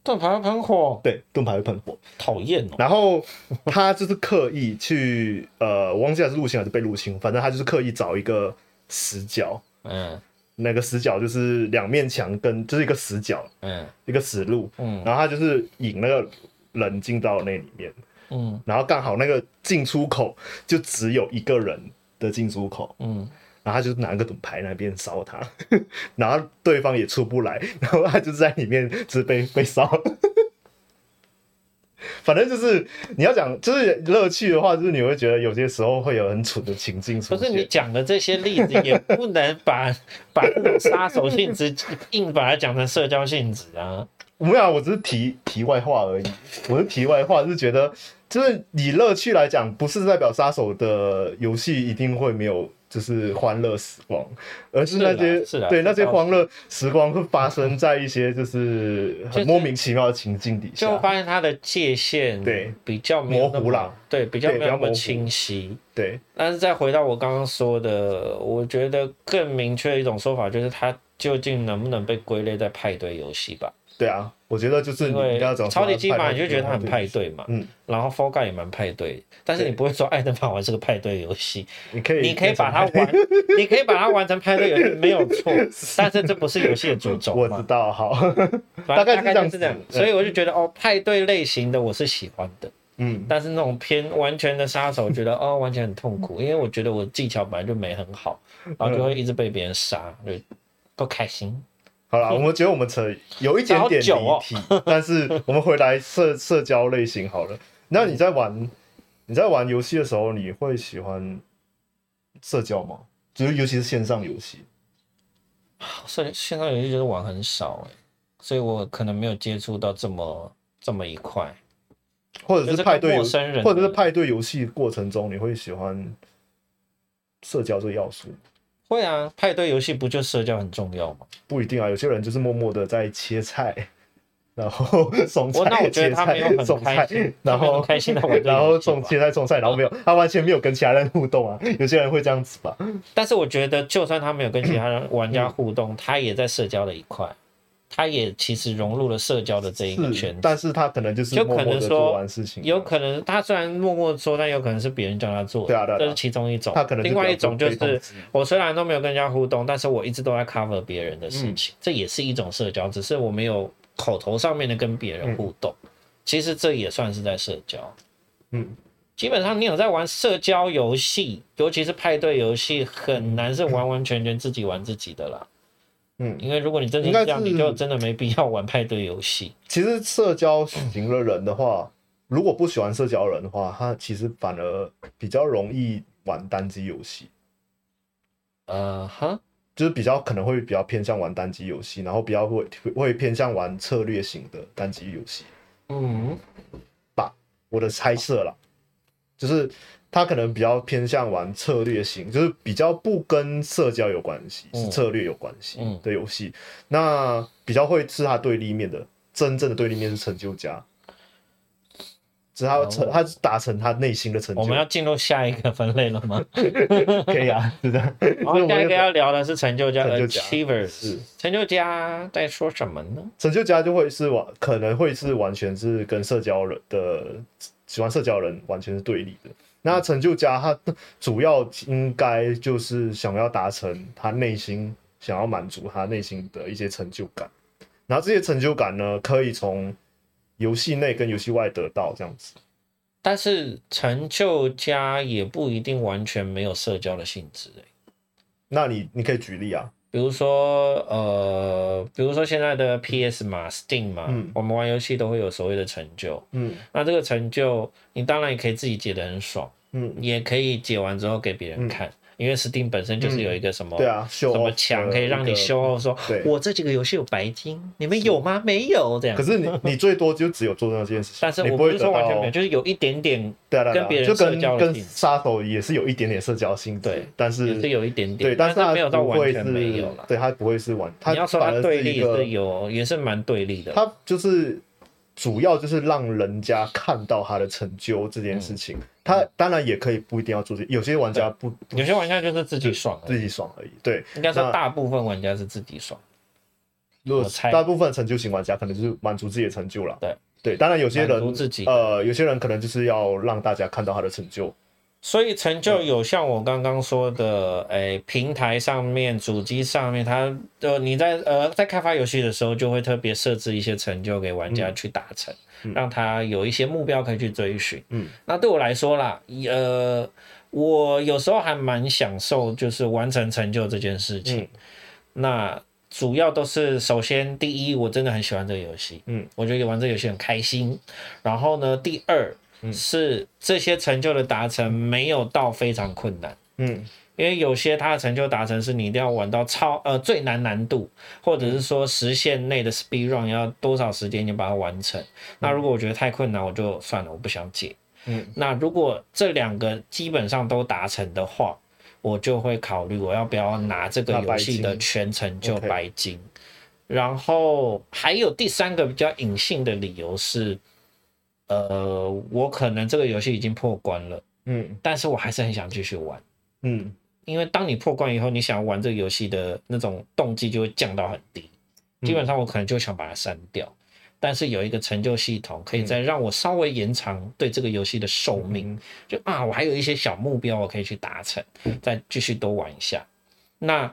B: 盾牌喷火，
A: 对，盾牌会喷火，
B: 讨厌哦。
A: 然后他就是刻意去 呃，我忘记他是入侵还是被入侵，反正他就是刻意找一个死角，
B: 嗯
A: 那个死角就是两面墙跟就是一个死角，
B: 嗯
A: 一个死路，
B: 嗯
A: 然后他就是引那个人进到那里面，
B: 嗯
A: 然后刚好那个进出口就只有一个人的进出口，
B: 嗯，
A: 然后他就拿个盾牌那边烧他， 然后对方也出不来，然后他就在里面就是被被烧。 反正就是你要讲，就是乐趣的话，就是你会觉得有些时候会有很蠢的情境出
B: 不是
A: 现。
B: 你讲的这些例子，也不能把把这种杀手性 质硬把它讲成社交性质啊。
A: 没有啊，我只是题题外话而已。我是题外话，是觉得就是以乐趣来讲，不是代表杀手的游戏一定会没有就是欢乐时光，而是那些
B: 是啦是啦
A: 对
B: 这倒
A: 那
B: 是
A: 些欢乐时光会发生在一些 就是
B: 就
A: 很
B: 是
A: 莫名其妙的情境底
B: 就
A: 下
B: 会。发现它的界限
A: 啊对
B: 比较没有那么
A: 模糊啦，
B: 对比较
A: 对
B: 没有那
A: 比较模
B: 么
A: 糊
B: 清晰。
A: 对
B: 但是再回到我刚刚说的，我觉得更明确的一种说法就是它究竟能不能被归类在派对游戏吧？
A: 对啊，我觉得就是
B: 因
A: 你
B: 为
A: 要讲
B: 超级基嘛，你就觉得它
A: 他
B: 很派，对嘛，
A: 嗯，
B: 然后 f o r g u y 也蛮派对，但是你
A: 对
B: 不会说《爱的法环》是个派对游戏，
A: 你可以
B: 你可以把它玩，你可以把它玩成派对游戏没有 错，但是这不是游戏的主轴
A: 我知
B: 嘛，
A: 道，好，
B: 反正
A: 大概
B: 大
A: 是
B: 概
A: 这样
B: 就是这样，
A: 子
B: 所以我就觉得哦，派对类型的我是喜欢的，
A: 嗯，
B: 但是那种偏完全的杀手，我觉得哦完全很痛苦，因为我觉得我技巧本来就没很好，
A: 嗯
B: 然后就会一直被别人杀，就不开心。
A: 好 啦，我们觉得我们扯有一点点离
B: 好哦
A: 题，但是我们回来社社交类型好了。那你在
B: 嗯
A: 玩你在玩游戏的时候，你会喜欢社交吗？就是尤其是线上游戏，
B: 所以线上游戏就是玩很少哎、所以我可能没有接触到这么这么一块。
A: 或者
B: 就是是
A: 派对
B: 跟
A: 游
B: 陌，生人，
A: 或者是派对游戏过程中，你会喜欢社交这个要素？
B: 会啊，派对游戏不就社交很重要吗？
A: 不一定啊，有些人就是默默的在切菜， 然后种菜、
B: 我哦那我觉
A: 切
B: 得他没
A: 菜
B: 有很、
A: 种
B: 开
A: 菜
B: 心，
A: 然
B: 他没有
A: 后
B: 很开心地玩这个
A: 然后
B: 游戏
A: 种
B: 吧
A: 切菜、种菜，然后没 有，他完全没有跟其他人互动啊。有些人会这样子吧？
B: 但是我觉得，就算他没有跟其他人玩家互动，他也在社交的一块，他也其实融入了社交的这一个
A: 是
B: 圈，子。
A: 但是他可能就是
B: 就
A: 默
B: 可
A: 默
B: 能
A: 的
B: 说
A: 做完事情啊，
B: 有可能他虽然默默说，但有可能是别人叫他做的，
A: 对啊对啊对
B: 这
A: 啊
B: 是其中一种。
A: 他可能
B: 另外一种就
A: 比较被
B: 是
A: 动之一
B: 我虽然都没有跟人家互动，但是我一直都在 cover 别人的事情，这也是一种社交，只是我没有口头上面的跟别人互动，其实这也算是在社交。
A: 嗯，
B: 基本上你有在玩社交游戏，尤其是派对游戏，很难是完完全全自己玩自己的啦。
A: 嗯
B: 因为如果你真的
A: 应该
B: 这
A: 是
B: 样，你就真的没必要玩派对游戏。
A: 其实社交型的人的话，如果不喜欢社交人的话，他其实反而比较容易玩单机游戏，
B: 呃哈，
A: 就是比较可能会比较偏向玩单机游戏，然后比较会会偏向玩策略型的单机游戏。
B: 嗯，
A: 我的猜测啦，就是他可能比较偏向玩策略型，就是比较不跟社交有关系，
B: 嗯
A: 是策略有关系
B: 嗯
A: 的游戏。那比较会是他对立面的，真正的对立面是成就家，只是他成、
B: 哦
A: 他是达成他内心的成就。
B: 我们要进入下一个分类了 吗？
A: 可以 啊，是的。
B: 然
A: 所以我
B: 后下一
A: 们
B: 个要聊的是成就家
A: 成就家
B: （achievers）
A: 是。
B: 成就家在说什么呢？
A: 成就家就会是完，可能会是完全是跟社交人的喜欢社交人完全是对立的。那成就家他主要应该就是想要达成他内心想要满足他内心的一些成就感，然后这些成就感呢，可以从游戏内跟游戏外得到这样子。
B: 但是成就家也不一定完全没有社交的性质、欸
A: 那你你可以举例啊，
B: 比如说，呃，比如说现在的 PS 嘛、Steam 嘛，
A: 嗯
B: 我们玩游戏都会有所谓的成就。
A: 嗯
B: 那这个成就，你当然也可以自己解得很爽，
A: 嗯，
B: 也可以解完之后给别人看，因为 Steam 本身就是有一个什么、
A: 对啊，秀
B: 什么
A: off
B: 墙
A: 的
B: 可以让
A: 一
B: 你
A: 个
B: 修后说，
A: 对
B: 我这几个游戏有白金，你们有吗？没有这样
A: 可。是你你最多就只有做那件事情，
B: 但是
A: 你
B: 我
A: 不
B: 不
A: 会
B: 是
A: 得
B: 说完全
A: 到
B: 没有，就是有一点点，
A: 对啊，对啊对啊
B: 跟别人
A: 就
B: 社
A: 跟
B: 交的
A: 跟
B: 性质
A: 杀手也是有一点点社交性质，
B: 对，
A: 但
B: 也是
A: 是
B: 有一点点，
A: 对，但
B: 是他
A: 他
B: 没有到
A: 不
B: 完
A: 会
B: 全
A: 是
B: 没有了。
A: 对他不会是完，他
B: 你要说
A: 反
B: 他
A: 而
B: 对
A: 是一
B: 立
A: 个
B: 是有，也是蛮对立的。
A: 他就是主要就是让人家看到他的成就这件事
B: 嗯
A: 情，他当然也可以不一定要做这，有些玩家不不
B: 有些玩家就是自己爽而已，
A: 自己爽而已，对，
B: 应该说
A: 那
B: 大部分玩家是自己爽。
A: 如果
B: 我猜
A: 大部分成就型玩家可能就是满足自己的成就了，
B: 对
A: 对，当然有些
B: 满
A: 人
B: 足自己
A: 呃，有些人可能就是要让大家看到他的成就，
B: 所以成就有像我刚刚说的，诶、平台上面、主机上面，它呃，你在呃在开发游戏的时候，就会特别设置一些成就给玩
A: 嗯
B: 家去达成，让他有一些目标可以去追寻。
A: 嗯，
B: 那对我来说啦，呃，我有时候还蛮享受就是完成成就这件事情。
A: 嗯
B: 那主要都是首先第一，我真的很喜欢这个游戏，
A: 嗯，
B: 我觉得玩这个游戏很开心。然后呢，第二。是这些成就的达成没有到非常困难，
A: 嗯
B: 因为有些它的成就达成是你一定要玩到超呃最难难度，或者是说时限内的 speed run 要多少时间你把它完成。那如果我觉得太困难，我就算了，我不想解。
A: 嗯，
B: 那如果这两个基本上都达成的话，我就会考虑我要不要拿这个
A: 拿白
B: 游戏的
A: 金
B: 全成就
A: OK
B: 白金。然后还有第三个比较隐性的理由是，呃，我可能这个游戏已经破关了，
A: 嗯
B: 但是我还是很想继续玩。
A: 嗯
B: 因为当你破关以后，你想玩这个游戏的那种动机就会降到很低，基本上我可能就想把它删掉。但是有一个成就系统，可以再让我稍微延长对这个游戏的寿命，就啊，我还有一些小目标我可以去达成，再继续多玩一下。那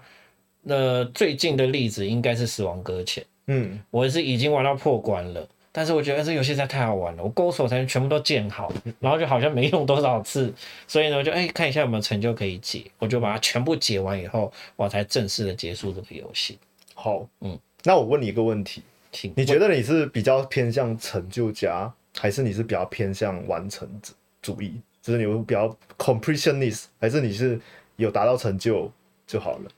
B: 呃，最近的例子应该是《死亡搁浅》，
A: 嗯
B: 我是已经玩到破关了。但是我觉得这游戏实在太好玩了，我勾手才全部都建好，然后就好像没用多少次，所以呢，我就哎、看一下有没有成就可以解，我就把它全部解完以后，我才正式的结束这个游戏。
A: 好，
B: 嗯，
A: 那我问你一个问题，
B: 请
A: 你
B: 问
A: 觉得你是比较偏向成就家，还是你是比较偏向完成主义？就是你会比较 completionist，还是你是有达到成就就好了？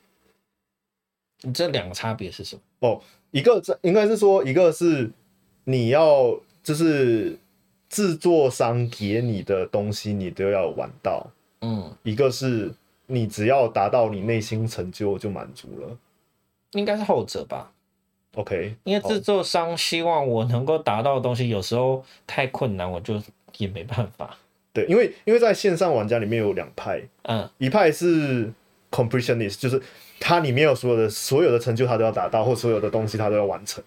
B: 你这两个差别是什么？
A: 哦，一个这应该是说，一个是你要就是制作商给你的东西，你都要玩到；
B: 嗯，
A: 一个是你只要达到你内心成就就满足了。
B: 应该是后者吧。
A: OK，
B: 因为
A: 好
B: 制作商希望我能够达到的东西，有时候太困难，我就也没办法。
A: 对，因为因为在线上玩家里面有两派，
B: 嗯，
A: 一派是 completionist，就是它里面有所有的所有的成就他都要达到，或所有的东西他都要完成，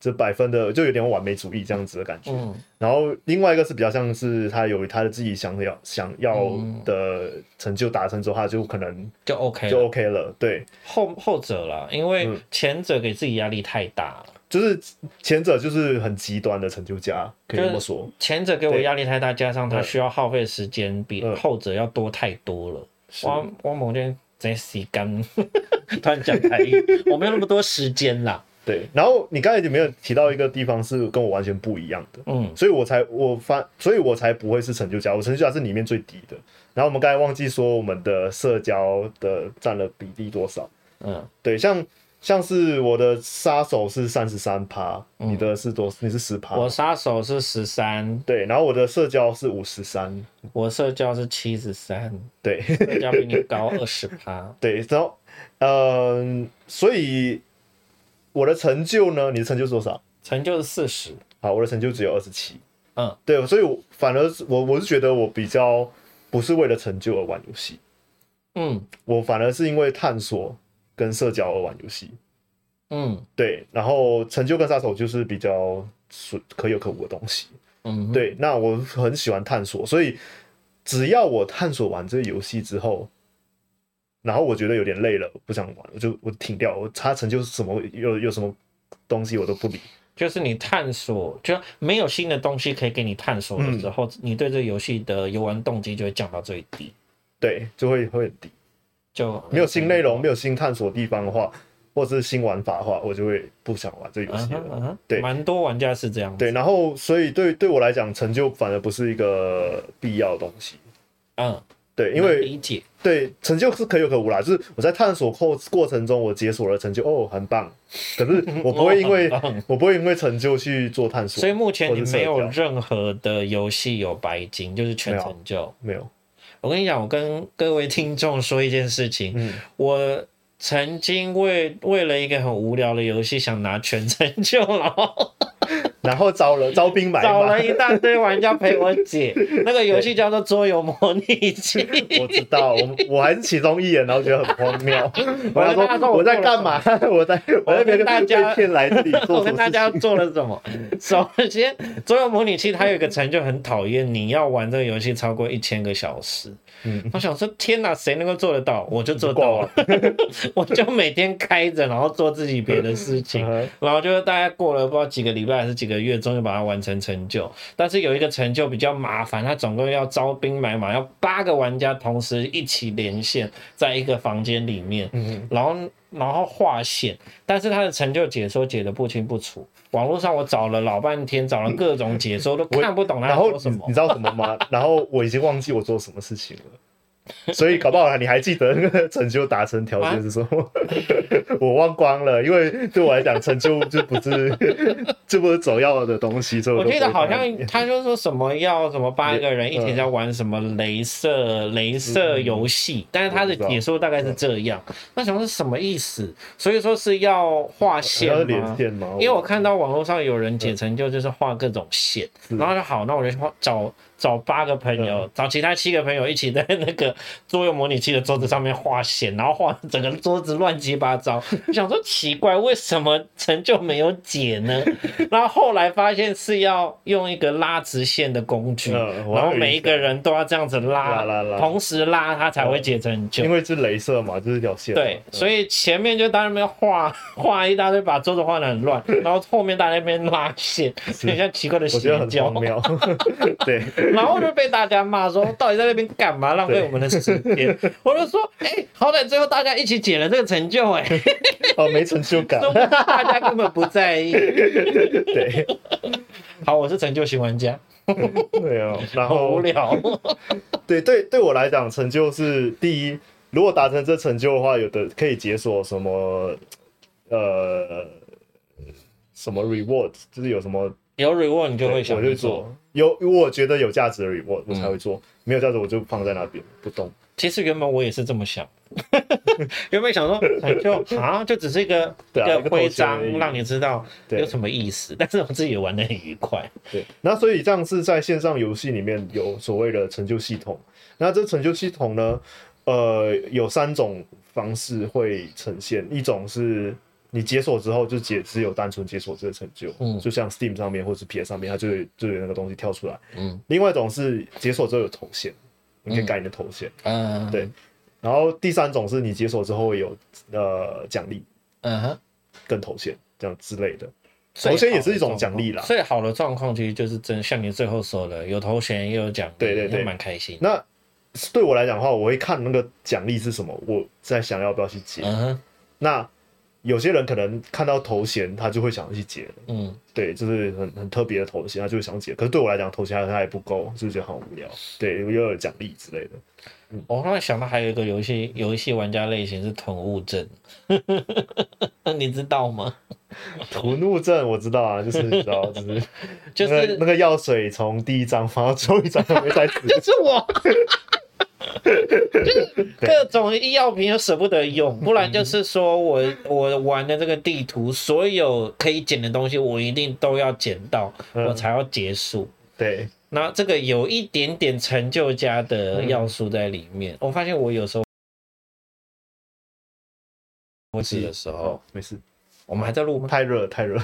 A: 这百分的就有点完美主义这样子的感觉。
B: 嗯
A: 然后另外一个是比较像是他有他的自己想要想要的成就达成之后，他就可能
B: 就 OK
A: 就嗯
B: 了。
A: OK 了。对，
B: 后后者啦，因为前者给自己压力太大了，
A: 就是前者就是很极端的成就家，可以
B: 就是
A: 这么说。
B: 前者给我压力太大，加上他
A: 嗯
B: 需要耗费时间比
A: 嗯
B: 后者要多太多了。我我某天在洗干， 突然讲台 语，我没有那么多时间啦。
A: 对，然后你刚才有没有提到一个地方是跟我完全不一样的？
B: 嗯，
A: 所以我才我发，所以我才不会是成就家，我成就家是里面最低的。然后我们刚才忘记说我们的社交的占了比例多少？
B: 嗯，
A: 对，像像是我的杀手是三十三趴，你的是多，你是十趴。
B: 嗯我杀手是十三，
A: 对，然后我的社交是五十三，
B: 我社交是七十三，
A: 对
B: 社交比你 高二十趴。
A: 对，然后嗯、所以我的成就呢，你的成就是多少？
B: 成就是四十。
A: 好，我的成就只有二十七。
B: 嗯，
A: 对，所以我反而是我我是觉得我比较不是为了成就而玩游戏，
B: 嗯
A: 我反而是因为探索跟社交而玩游戏。
B: 嗯
A: 对，然后成就跟杀手就是比较是可有可无的东西。
B: 嗯，，
A: 对，那我很喜欢探索，所以只要我探索完这个游戏之后，然后我觉得有点累了，不想玩，我就我停掉，我它成就是什么有有什么东西我都不理。
B: 就是你探索，就没有新的东西可以给你探索的时候，你对这游戏的游玩动机就会降到最低，
A: 对，就会会很低。
B: 就
A: 没有新内容，没有新探索地方的话，或者是新玩法的话，我就会不想玩这游
B: 嗯
A: 戏
B: 哼
A: 了。
B: 嗯哼
A: 对
B: 蛮多玩家是这样子。
A: 对，然后所以对对我来讲，成就反而不是一个必要的东西。
B: 嗯，
A: 对，因
B: 能
A: 为
B: 理解，
A: 对成就是可有可无啦，就是我在探索后过程中，我解锁了成就，哦，很棒。可 是我不会因为我不会因为成就去做探索，
B: 所以目前
A: 或
B: 你
A: 者
B: 没有
A: 社交
B: 任何的游戏有白金，就是全
A: 没有
B: 成就。
A: 没有，
B: 我跟你讲，我跟各位听众说一件事情，
A: 嗯
B: 我曾经为为了一个很无聊的游戏想拿全成就，然后
A: 然后招了招兵买
B: 找
A: 马
B: 了，一大堆玩家陪我 解，那个游戏叫做桌游模拟器。
A: 我知道，我我还是其中一人，然后觉得很荒谬。 我
B: 跟大家
A: 想
B: 说
A: 说
B: 我
A: 我在干嘛？ 我在我在别
B: 跟
A: 人
B: 大
A: 被
B: 家
A: 骗来这里做
B: 我
A: 什
B: 跟
A: 么
B: 大
A: 事情
B: 家做了什 么？首先，桌游模拟器它有一个成就很讨厌，你要玩这个游戏超过一千个小时。
A: 嗯
B: 我想说，天哪，谁能够做得到？我就做
A: 挂
B: 到
A: 网
B: 了， 我就每天开着，然后做自己别的事情
A: 嗯。哼
B: 然后就是大概过了不知道几个礼拜还是几个月，终于把它完成成就。但是有一个成就比较麻烦，它总共要招兵买马，要八个玩家同时一起连线在一个房间里面，
A: 嗯
B: 然后然后划线。但是它的成就解说解的不清不楚，网络上我找了老半天，找了各种解说都看不懂他
A: 然后
B: 说什
A: 你
B: 么
A: 你。知道什么 吗？然后我已经忘记我做什么事情了，所以搞不好你还记得那个成就达成条件是什么？ 我忘光了，因为对我来讲，成就就不是就不是首要的东西。所以
B: 我
A: 都嗯
B: 记得
A: 不会
B: 好
A: 放在里
B: 像
A: 面
B: 他就说什么要什么八个人一起在玩什么镭
A: 嗯
B: 射镭射游戏，但是他的解说大概是这样。那想说是什么意思？所以说是要画线
A: 好像是
B: 吗
A: 连？线吗？
B: 因为我看到网络上有人解成就就是画各种线，然后就好，那我就画找找八个朋友，
A: 嗯
B: 找其他七个朋友一起在那个桌游模拟器的桌子上面画线，然后画整个桌子乱七八糟。我想说奇怪，为什么成就没有解 呢？然后后来发现是要用一个拉直线的工具，
A: 嗯我
B: 然后
A: 有印
B: 每一个人都要这样子拉，
A: 拉拉拉
B: 同时拉，它才会解成就。
A: 因为是镭射嘛，就是一条线嘛。
B: 对，所以前面就大家在那边画 画一大堆，把桌子画的很乱，然后后面大家在那边拉线，很像奇怪的
A: 我觉得
B: 邪
A: 很
B: 教
A: 荒，谬。 对，
B: 然后就被大家骂说到底在那边干嘛，浪费我们的时间。 我就说，哎、好歹最后大家一起解了这个成就、哎，
A: 哦，没成就 感。
B: 都大家根本不在意。
A: 对，
B: 好，我是成就型玩家，
A: 对啊。然
B: 好
A: 后
B: 无聊。
A: 对对，对我来讲，成就是第一，如果达成这成就的话，有的可以解锁什么，呃，什么 reward，就是有什么
B: 有 reward 你就
A: 我
B: 会想
A: 就
B: 去
A: 会
B: 做。嗯
A: 做，有我觉得有价值的 reward 我才会做，没有价值我就放在那边不动。
B: 其实原本我也是这么想，原本想说哎就啊，就只是一个
A: 对啊
B: 一
A: 一个
B: 个
A: 头衔
B: 徽
A: 而已
B: 章，让你知道
A: 对
B: 有什么意思，但是我自己也玩的很愉快。
A: 对，那所以这样是在线上游戏里面有所谓的成就系统。那这成就系统呢，呃，有三种方式会呈现，一种是你解锁之后就解只有单纯解锁这个成就，
B: 嗯
A: 就像 Steam 上面或是 PS 上面，它就有就有那个东西跳出来。
B: 嗯
A: 另外一种是解锁之后有头衔，你可以改你的头衔。
B: 嗯，
A: 对然后第三种是你解锁之后有呃奖励
B: 嗯哼，
A: 跟头衔这样之类的。
B: 最
A: 头衔也是
B: 好的
A: 一种
B: 状
A: 奖励
B: 况
A: 啦
B: 最好的状况其实就是真像你最后说的，有头衔也有奖励，
A: 对对对
B: 也蛮开心的。
A: 那对我来讲的话，我会看那个奖励是什么，我在想要不要去解。
B: 嗯哼，
A: 那有些人可能看到头衔，他就会想要去解，
B: 嗯，
A: 对，就是很很特别的头衔，他就会想解。可是对我来讲，头衔还还不够，就觉得很无聊。对，又有奖励之类的。
B: 我突然想到还有一个游戏，游戏玩家类型是囤物症， 你知道吗？
A: 囤物症我知道啊，就是你知道，就是
B: 就
A: 那
B: 是
A: 个那个药水从第一章放到最后一章还没带 死，
B: 是我，就是各种医药品又舍不得用，不然就是说我我玩的这个地图，所有可以捡的东西，我一定都要捡到，
A: 嗯
B: 我才要结束。
A: 对，
B: 那这个有一点点成就家的要素在里面。我发现我有时候我记的时候，
A: 哦没事，
B: 我们还在录吗？
A: 太热了太热了。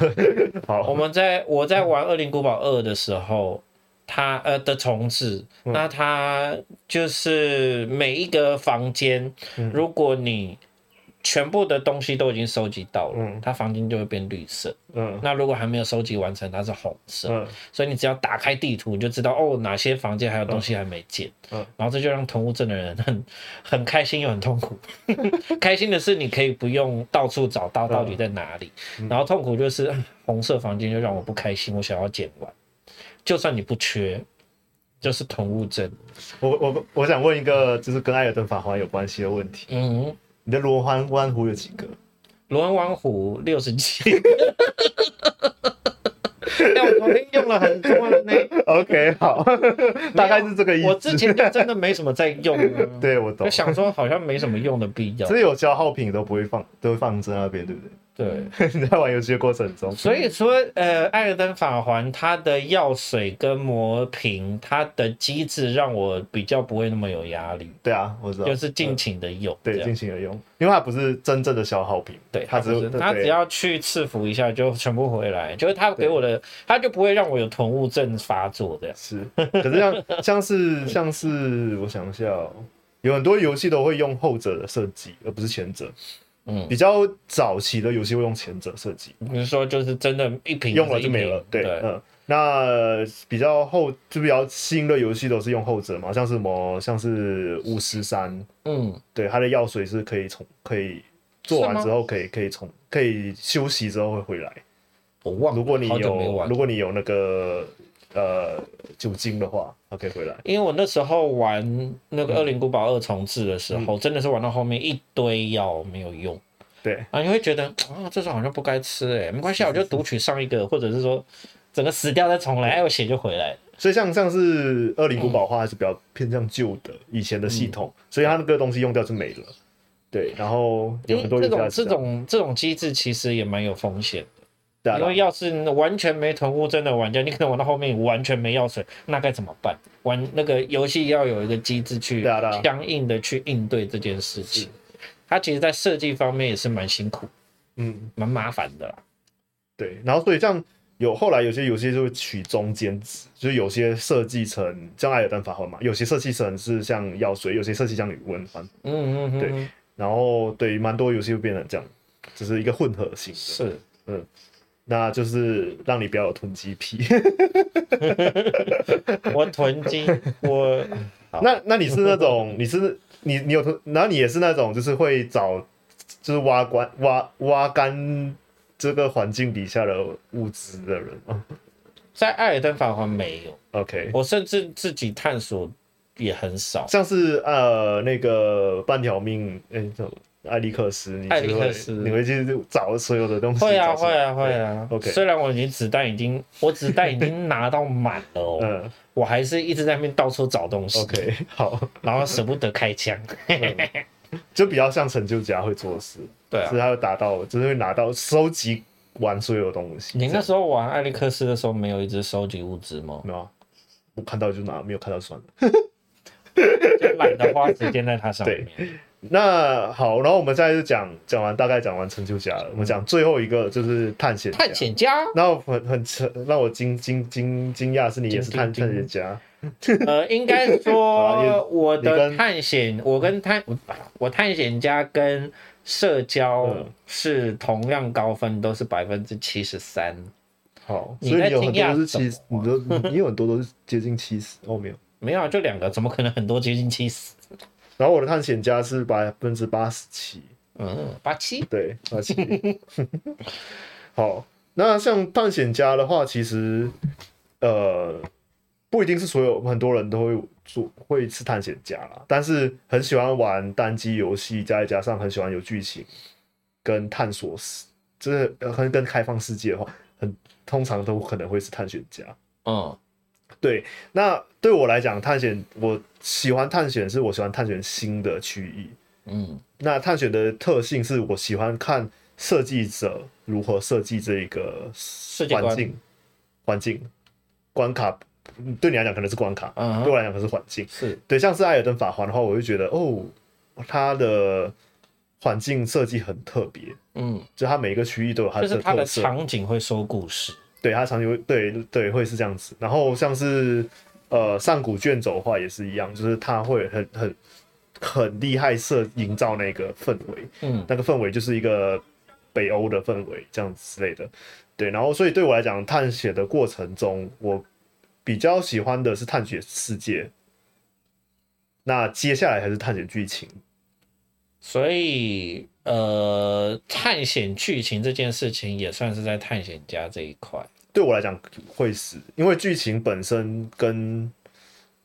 B: 我
A: 好，
B: 们在我在玩《恶灵古堡二》的时候，它呃的重置，那它就是每一个房间，如果你全部的东西都已经收集到了
A: 嗯，
B: 它房间就会变绿色。
A: 嗯
B: 那如果还没有收集完成，它是红色。
A: 嗯
B: 所以你只要打开地图，你就知道哦哪些房间还有东西还没建。
A: 嗯嗯
B: 然后这就让囤物症的人很很开心又很痛苦。 开心的是你可以不用到处找到到底在哪里，
A: 嗯
B: 然后痛苦就是啊红色房间就让我不开心，我想要捡完，就算你不缺。就是囤物症，
A: 我我我想问一个，就是跟艾尔登法环有关系的问题，
B: 嗯，
A: 你的罗环湾湖有几个？
B: 罗恩王虎六十 七，但我昨天用了很多 了呢，
A: OK，好， 大概是这个意思。
B: 我之前就真的没什么在用啊，
A: 对我 懂
B: 就，想说好像没什么用的必要
A: 只，是有消耗品都不会放，都会放在那边，对不对？
B: 对。
A: 你在玩游戏的过程中，
B: 所以说，呃，艾尔登法环它的药水跟魔瓶，它的机制让我比较不会那么有压力，
A: 对啊，我知道，
B: 就是尽情的用。这
A: 对
B: 样
A: 进行而用，因为它不是真正的消耗品，
B: 对，
A: 它只
B: 不是
A: 是
B: 它只要去赐福一下就全部回来，就是它给我的，它就不会让我有囤物症发作这样。
A: 是，可是像像是像是我想一下、哦，有很多游戏都会用后者的设计，而不是前者。
B: 嗯
A: 比较早期的游戏会用前者设计，
B: 比如说，就是真的一瓶
A: 用了
B: 是一
A: 就没了
B: 瓶。
A: 对，嗯，那比较后就比较新的游戏都是用后者嘛，像是什么像是巫师三，
B: 嗯，
A: 对，它的药水是可以重可以做
B: 是
A: 完
B: 吗
A: 之后可以可以重可以休息之后会回来。
B: 我忘了，
A: 如果你
B: 哦好久没玩
A: 有
B: 了
A: 如果你有那个呃酒精的话，它可以回来。
B: 因为我那时候玩那
A: 嗯
B: 个《恶灵古堡二重置》的时候，真的是玩到后面一堆药没有用
A: 对，
B: 啊，你会觉得啊，这种好像不该吃哎、没关系啊，我就读取上一个，或者是说整个死掉再重来，哎，我血就回来了。
A: 所以像像是《恶灵古堡》的话，还是比较偏向旧的以前的系
B: 嗯
A: 统，所以它那个东西用掉就没了。对，然后有很多
B: 这
A: 游戏
B: 种
A: 还是样
B: 这种这种机制其实也蛮有风险的，
A: 对啊
B: 因为要是完全没囤物症的玩家，你可能玩到后面完全没药水，那该怎么办？玩那个游戏要有一个机制去
A: 对啊对啊
B: 相应的去应对这件事情，它其实在设计方面也是蛮辛苦、
A: 嗯，
B: 蛮麻烦的啦。
A: 对，然后所以这样有后来有些游戏就会取中间值，就是有些设计成像《艾尔登法环》嘛，有些设计成是像药水，有些设计像宇文环，
B: 嗯嗯，嗯
A: 对，然后对蛮多游戏会变成这样，就是一个混合型的，
B: 是
A: 那就是让你不要有囤积癖。
B: 我囤积，我 好
A: 那那你是那种，你是你你有同，然后你也是那种，就是会找，就是挖关挖挖干这个环境底下的物资的人吗
B: 在艾尔登法环没有，
A: ？OK，
B: 我甚至自己探索也很少。
A: 像是呃那个半条命，哎、叫什么艾利克斯，你
B: 艾利
A: 就会
B: 克斯
A: 你会去找所有的东西，
B: 会啊
A: 找出
B: 会
A: 来，
B: 啊会啊
A: OK
B: 虽然我已经子弹 已经我子弹已经拿到满了哦，
A: 嗯
B: 我 还是一直在那边到处找东西
A: ，OK，好，
B: 然后舍不得开枪。
A: 就比较像成就家会做的事，
B: 对 啊
A: 所以，他会达到，就是会拿到收集完所有东西。
B: 你
A: 这
B: 那
A: 样
B: 时候玩艾利克斯的时候，没有一直收集物资吗？
A: 没有啊？我看到就拿，没有看到算了。
B: 就懒得花时间在它上面。
A: 那好，然后我们现在就讲讲完，大概讲完成就家了。我们讲最后一个就是探险家
B: 探。险家，
A: 那我很很让我惊惊惊惊讶是你也是探
B: 惊
A: 探
B: 惊
A: 险家，
B: 呃，应该
A: 好啦
B: 说
A: 你
B: 我
A: 你
B: 的
A: 跟嗯
B: 探险，我跟探我探险家跟社交
A: 嗯
B: 是同样高分，都是百分之七十三。
A: 好，
B: 你
A: 所以
B: 在
A: 你有很
B: 惊讶
A: 多都是
B: 什么啊
A: 七，你都 你有很多都是接近七十，哦没有。
B: 没有啊，就两个，怎么可能很多接近七十？
A: 然后我的探险家是百分之八十七，
B: 嗯，八七。
A: 对，八十七。 好，那像探险家的话，其实呃不一定是所有很多人都会做会是探险家啦，但是很喜欢玩单机游戏，再加上很喜欢有剧情跟探索世，就是呃跟跟开放世界的话，很通常都可能会是探险家。
B: 嗯
A: 对，那对我来讲，探险我喜欢探险，是我喜欢探险新的区域。
B: 嗯
A: 那探险的特性是我喜欢看设计者如何设计这一个
B: 界观
A: 环境、环境、关卡。嗯对你来讲可能是关卡，
B: 嗯
A: 对我来讲可能是环境。
B: 是
A: 对，像是《艾尔登法环》的话，我就觉得哦，它的环境设计很特别，
B: 嗯，
A: 就它每一个区域都有它
B: 就
A: 的
B: 是它的
A: 特色。
B: 场景会说故事。
A: 对，它长期会对对会是这样子。然后像是呃上古卷轴的话也是一样，就是它会很很很厉害设营造那个氛围，
B: 嗯
A: 那个氛围就是一个北欧的氛围这样子之类的。对，然后所以对我来讲，探险的过程中，我比较喜欢的是探险世界。那接下来还是探险剧情，
B: 所以呃，探险剧情这件事情也算是在探险家这一块。
A: 对我来讲会死，因为剧情本身跟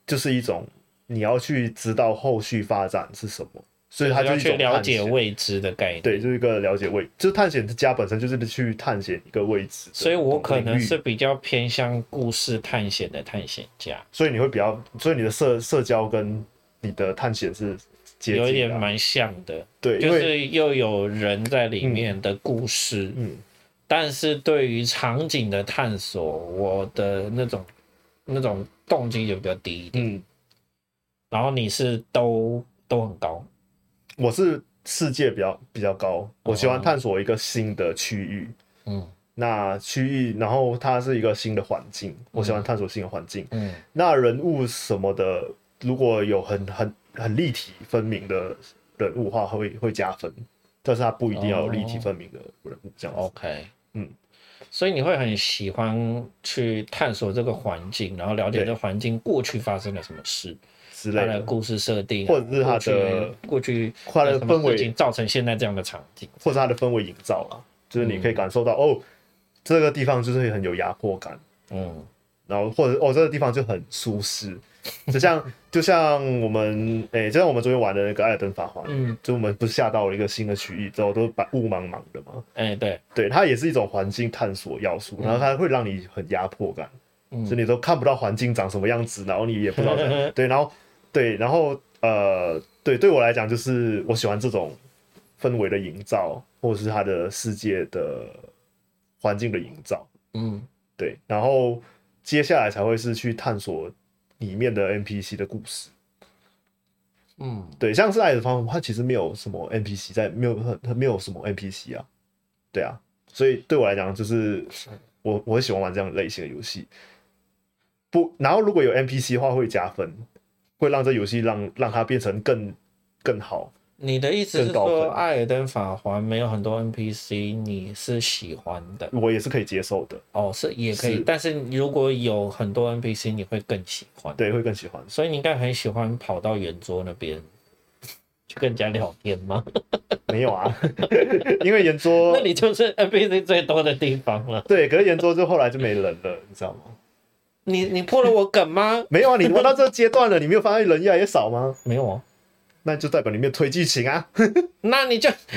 A: 就是一种你要去知道后续发展是什么，所以它
B: 要
A: 就是一
B: 去
A: 种
B: 了
A: 探
B: 解
A: 险。
B: 未知的概念。
A: 对，就是一个了解位，就是探险家本身就是去探险一个位置的，
B: 所以我可能
A: 领域
B: 是，比较偏向故事探险的探险家，
A: 所以你会比较，所以你的社社交跟你的探险是接
B: 有一
A: 近
B: 点
A: 的啊，
B: 蛮像的，
A: 对，因
B: 就
A: 为
B: 是又有人在里面的故事，
A: 嗯，
B: 但是对于场景的探索，我的那种那种动机就比较低一点。
A: 嗯，
B: 然后你是都都很高，
A: 我是世界比较比较高，我喜欢
B: 哦
A: 探索一个新的区域，
B: 嗯
A: 那区域，然后它是一个新的环境，我喜欢探索新的环境。
B: 嗯
A: 那人物什么的，如果有很很很立体分明的人物的话，会会加分。但是它不一定要有立体分明的人物这样子。
B: ，OK，
A: 嗯，
B: 所以你会很喜欢去探索这个环境，然后了解
A: 对
B: 这环境过去发生了什么事。
A: 之
B: 他
A: 类
B: 的
A: 的，
B: 故事设定啊、
A: 或者是他的
B: 过去
A: 他的
B: 过去的
A: 氛围
B: 什么事情造成现在这样的场景。
A: 或者它的氛围营造啦，就是你可以感受到、哦，这个地方就是很有压迫感，
B: 嗯
A: 然后或者哦这个地方就很舒适，就像就像我们诶、就像我们昨天玩的那个《艾尔登法环》，
B: 嗯，
A: 就我们不是下到了一个新的区域之后，都白雾茫茫的嘛，
B: 哎、对，
A: 对，它也是一种环境探索要素，然后它会让你很压迫感，
B: 嗯
A: 所以你都看不到环境长什么样子，然后你也不知道对，然后对，然后呃，对，对我来讲就是我喜欢这种氛围的营造，或者是它的世界的环境的营造，
B: 嗯
A: 对，然后接下来才会是去探索里面的 NPC 的故事，
B: 嗯，
A: 对，像是《爱的方法》，它其实没有什么 NPC 在，没有很很没有什么 NPC 啊，对啊，所以对我来讲，就是我我很喜欢玩这样类型的游戏。不，然后如果有 NPC 的话，会加分，会让这游戏让让它变成更更好。
B: 你的意思是
A: 更高
B: 说，《
A: 分
B: 艾尔登法环》没有很多 NPC，你是喜欢的
A: 我也是可以接受的，
B: 哦，是也可以，
A: 嗯是
B: 但是如果有很多 NPC，你会更喜欢。，
A: 对，会更喜欢。
B: 所以你应该很喜欢跑到圆桌那边 去跟人家聊天吗？
A: 没有啊， 因为圆桌
B: 那你就是 NPC 最多的地方了。
A: 对，可是圆桌就后来就没人了，你知道吗？？
B: 你你破了我梗 吗
A: 没有啊，你玩到这个阶段了，你没有发现人越来越少吗？
B: 没有啊。
A: 那就代表你没有推剧情啊。
B: 那你就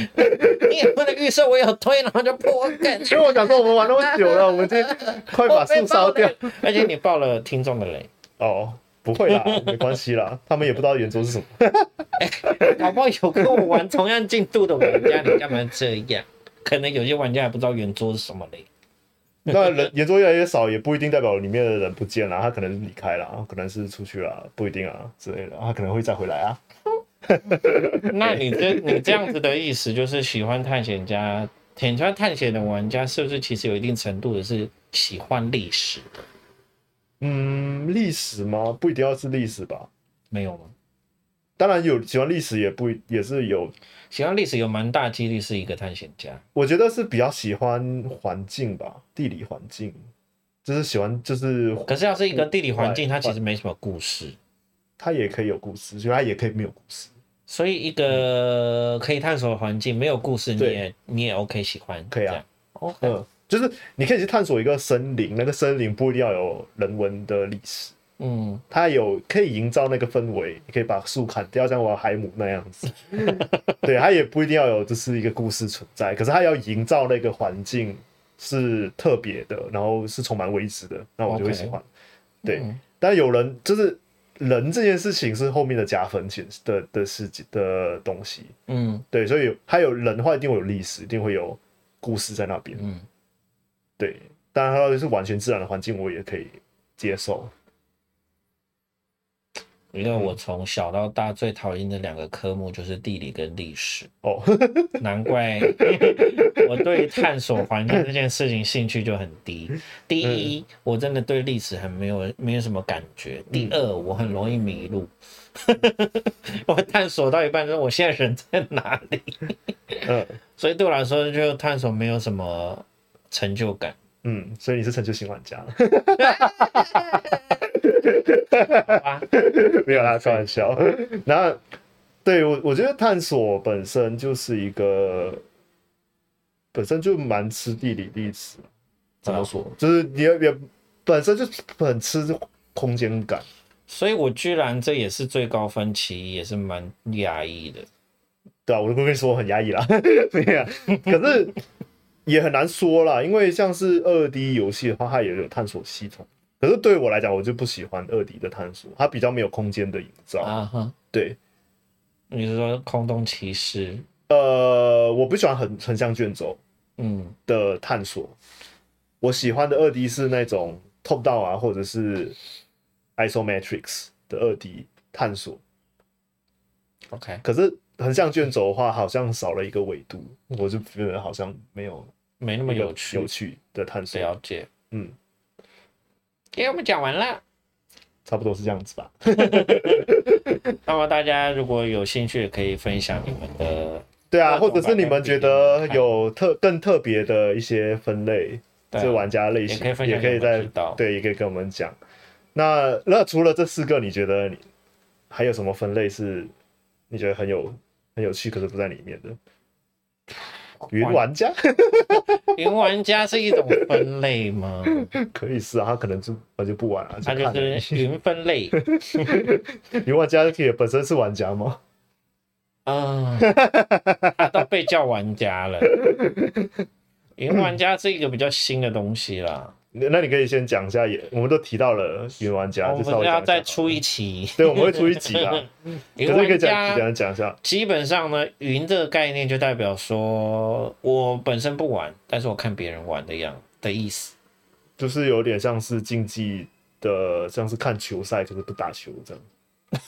B: 你也不能预设我有推，然后就破我梗，
A: 所以我想说，我们 玩那么久了，我们今天快把
B: 我被
A: 树烧
B: 爆
A: 掉
B: 雷。而且你爆了听众的雷，
A: 哦，不会 啦，没关系啦，他们也不知道圆桌是什么。
B: 搞不好有跟我玩同样进度的玩家，你干嘛这样？可能有些玩家还不知道圆桌是什么嘞。
A: 那人圆桌越来越少，也不一定代表里面的人不见了，他可能离开了，可能是出去了，不一定啊之类的，他可能会再回来啊。
B: 那你这你这样子的意思，就是喜欢探险家、喜欢探险的玩家，是不是其实有一定程度的是喜欢历史的？
A: 嗯，历史吗？不一定要是历史吧。
B: 没有吗？
A: 当然有喜欢历史，也不一也是有，
B: 喜欢历史有蛮大几率是一个探险家。
A: 我觉得是比较喜欢环境吧，地理环境，就是喜欢就是
B: 可是要是一个地理环境，
A: 对
B: 它其实没什么故事，
A: 它也可以有故事，所以它也可以没有故事。
B: 所以一个可以探索的环境没有故事，你
A: 对
B: 也你也 OK 喜欢。
A: 可以啊
B: 这样。OK，
A: 嗯，就是你可以去探索一个森林，那个森林不一定要有人文的历史，
B: 嗯，
A: 它有可以营造那个氛围，你可以把树砍掉，像我海姆那样 子。
B: 嗯
A: 对，它也不一定要有就是一个故事存在，可是它要营造那个环境是特别的，然后是充满未知的，那我就会
B: OK 嗯
A: 喜欢。对，但有人就是人这件事情是后面的加分显的的事情的东西。
B: 嗯
A: 对，所以有它有人的话，一定会有历史，一定会有故事在那边。
B: 嗯，
A: 对，当然它就是完全自然的环境，我也可以接受。
B: 因为
A: 嗯
B: 我从小到大最讨厌的两个科目就是地理跟历史，
A: 哦，
B: 难怪我对探索环境这件事情兴趣就很低。第
A: 嗯
B: 一，我真的对历史很没有没有什么感觉；
A: 嗯
B: 第二，我很容易迷路。 我探索到一半，说我现在人在哪里？
A: 嗯
B: 所以对我来说，就探索没有什么成就感。
A: 嗯，所以你是成就型玩家，
B: 好吧，
A: 没有啦，开玩笑。那对我，我觉得探索本身就是一个，本身就蛮吃地理历史，怎么说？就是你也也本身就很吃空间感。
B: 所以我居然这也是最高分其一，也是蛮压抑的。
A: 对啊，我都跟你说我很压抑啦，对啊，可是也很难说啦，因为像是二 D 游戏的话，它也有探索系统。可是对我来讲，我就不喜欢二 D 的探索，它比较没有空间的营造。
B: 啊哈，
A: 对，
B: 你是说空洞骑士？
A: 呃，我不喜欢很横向卷轴
B: 嗯，
A: 的探索，我喜欢的二 D 是那种 top down 啊，或者是 isometrics 的二 D 探索。
B: OK，
A: 可是横向卷轴的话，好像少了一个维度，我就觉得好像没有
B: 没那么
A: 那
B: 有趣，啊
A: 有趣的探索。
B: 了解。
A: 嗯，
B: 给我们讲完了。
A: 差不多是这样子吧。
B: 那么大家如果有兴趣，也可以分享你们的
A: 对啊，
B: 各
A: 或
B: 种
A: 者是你们觉得有特更特别的一些分类，
B: 对啊
A: 这玩家类
B: 也
A: 型
B: 可以分享给
A: 可以
B: 我们
A: 在
B: 知道
A: 对，也可以跟我们讲。那那除了这四个，你觉得你还有什么分类是你觉得很有很有趣，可是不在里面的？云玩 家
B: 云玩家是一种分类 吗？
A: 可以是啊，他可能就他就不玩啊，
B: 它
A: 看
B: 就
A: 了
B: 是云分类。
A: 云玩家也本身是玩家吗？
B: 啊，他都被叫玩家了。云玩家是一个比较新的东西啦，
A: 那那你可以先讲一下也，我们都提到了云玩家，
B: 哦我
A: 就
B: 们
A: 啊稍微
B: 要
A: 讲一
B: 再
A: 下。
B: 出一期。
A: 对，我们会出一 集啦。可
B: 云
A: 是可以讲
B: 玩家
A: 讲讲一下，
B: 基本上呢，云这个概念就代表说我本身不玩，但是我看别人玩的样的意思。
A: 就是有点像是竞技的，像是看球赛，可是不打球这样。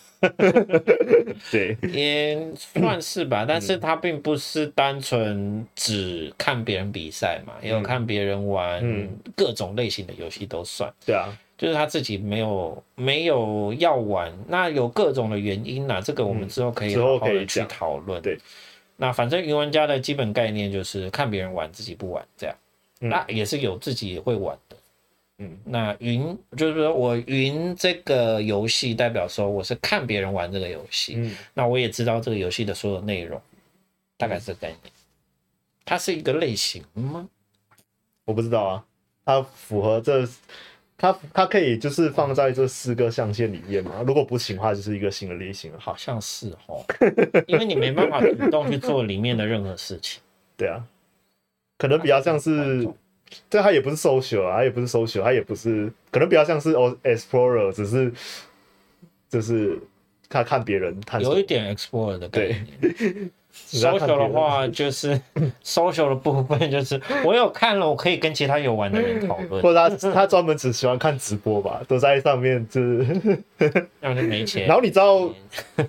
A: 对，
B: 也算是吧，但是它并不是单纯只看别人比赛嘛，也有看别人玩
A: 嗯
B: 各种类型的游戏都算，
A: 对啊，
B: 就是他自己没有没有要玩，那有各种的原因啊啦，这个我们之后可以
A: 嗯之后
B: 好好
A: 可以
B: 的去
A: 讲
B: 讨论。
A: 对，
B: 那反正云玩家的基本概念就是看别人玩，自己不玩这样，
A: 嗯
B: 那也是有自己也会玩的。
A: 嗯，
B: 那云就是说我云这个游戏代表说我是看别人玩这个游戏，
A: 嗯
B: 那我也知道这个游戏的所有内容，大概是这个概念。
A: 嗯
B: 它是一个类型吗？
A: 我不知道啊，它符合这，它它可以就是放在这四个象限里面嘛。如果不行的话，就是一个新的类型了。
B: 好像是哦，因为你没办法主动去做里面的任何事情。
A: 对啊，可能比较像是，对，它也不是 social 啊，它也不是 social，它也不是，可能比较像是哦 explorer，只是就是看看别人探索
B: 有一。点 explorer 的概
A: 对
B: 念。
A: 你在看
B: social 的
A: 别人
B: 话，就是 social 的部分，就是我有看了，我可以跟其他有玩的人讨论，
A: 或者他他专门只喜欢看直播吧，都在上面 就是。
B: 那就没钱
A: 然。后你知道，
B: 嗯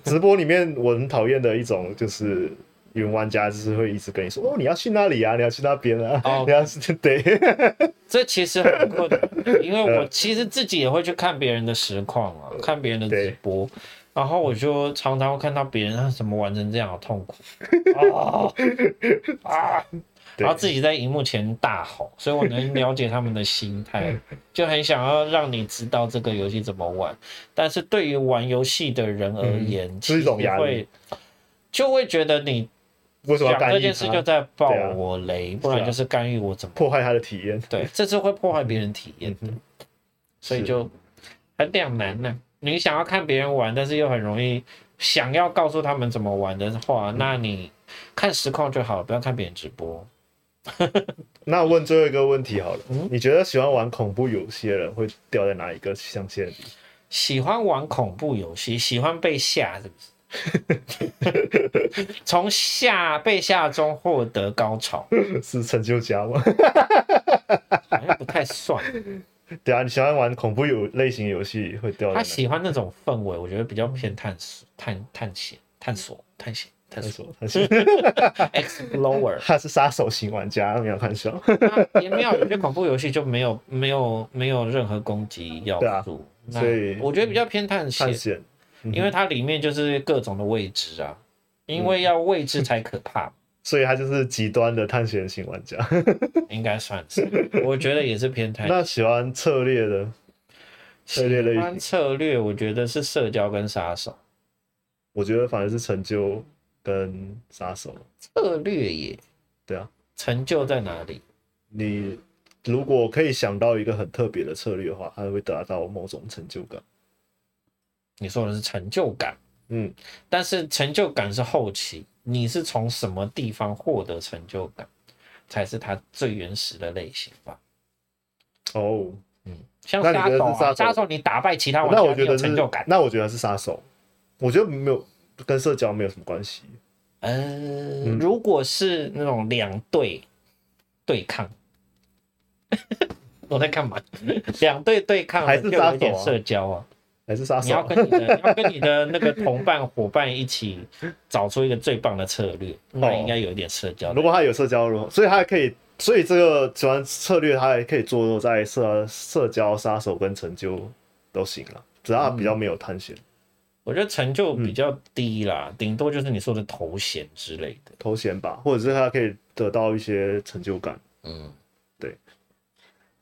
A: 直播里面我很讨厌的一种就是云玩家，就是会一直跟你说哦，你要去那里啊，你要去那边啊，
B: 哦
A: 你要去对，
B: 这其实很困难，因为我其实自己也会去看别人的实况啊，看别人的直播，然后我就常常会看到别人啊他怎么玩成这样，好痛苦啊啊！
A: 对
B: 然后自己在荧幕前大吼，所以我能了解他们的心 态，就很想要让你知道这个游戏怎么玩。但是对于玩游戏的人而言，
A: 这嗯是一种压力
B: 其实会，就会觉得你
A: 为什么要
B: 讲
A: 干
B: 这
A: 预
B: 件事就
A: 他，
B: 在爆
A: 对啊
B: 我雷，不然
A: 是啊
B: 就是干预我怎么。
A: 破坏他的体验？嗯
B: 对，这是会破坏别人体验的，所以
A: 是
B: 就很两难呢、你想要看别人玩，但是又很容易想要告诉他们怎么玩的话，
A: 嗯
B: 那你看实况就好，不要看别人直播。
A: 那问最后一个问题好了，
B: 嗯
A: 你觉得喜欢玩恐怖游戏的人会掉在哪一个象限里？
B: 喜欢玩恐怖游戏，喜欢被吓，是不是？ 从吓被吓中获得高潮，
A: 是成就家吗？
B: 好像不太算。
A: 对啊，你喜欢玩恐怖游类型游戏会掉在哪
B: 他？喜欢那种氛围，我觉得比较偏探索、探探险、探索、探险、探
A: 他
B: 索
A: 说他是
B: ，explorer。
A: 他是杀手型玩家，没有看笑。
B: 那也没有，有些恐怖游戏就没有没有没有任何攻击要
A: 对啊
B: 素，
A: 所以
B: 那我觉得比较偏探险
A: 探，险
B: 因为它里面就是各种的未知啊，因
A: 嗯
B: 为要未知才可怕，
A: 所以他就是极端的探险型玩家。
B: 应该算是，我觉得也是偏探
A: 那喜欢策略的，策略类
B: 哎喜欢策略，我觉得是社交跟杀手，
A: 我觉得反而是成就跟杀手。
B: 策略也
A: 对啊，
B: 成就在哪里？
A: 你如果可以想到一个很特别的策略的话，它会达到某种成就感。
B: 你说的是成就感，
A: 嗯，
B: 但是成就感是后期，你是从什么地方获得成就感，才是它最原始的类型吧。
A: 哦，
B: 像
A: 那你
B: 杀
A: 觉得
B: 手、
A: 是杀
B: 啊，
A: 手
B: 杀手你打败其他玩家，
A: 那我觉
B: 你有
A: 得是
B: 成就感。
A: 那我觉得是杀手。我觉得没有跟社交没有什么关系。
B: 嗯、如果是那种两队对抗， 我在干嘛？两队对抗
A: 还是杀
B: 就
A: 手啊
B: 有一点社交啊，
A: 还是杀
B: 你
A: 手
B: 要
A: 啊，
B: 跟你的 你要跟你的那个同伴伙伴一起找出一个最棒的策略，那应该有一点社交的。
A: 哦如果他有社交的话，所以他可以，所以这个喜欢策略，他也可以坐落在社社交、杀手跟成就都行了，只要他比较
B: 嗯
A: 没有探险
B: 我觉得成就
A: 嗯
B: 比较低啦，顶、多就是你说的头衔之类的。
A: 头衔吧，或者是他可以得到一些成就感。
B: 嗯，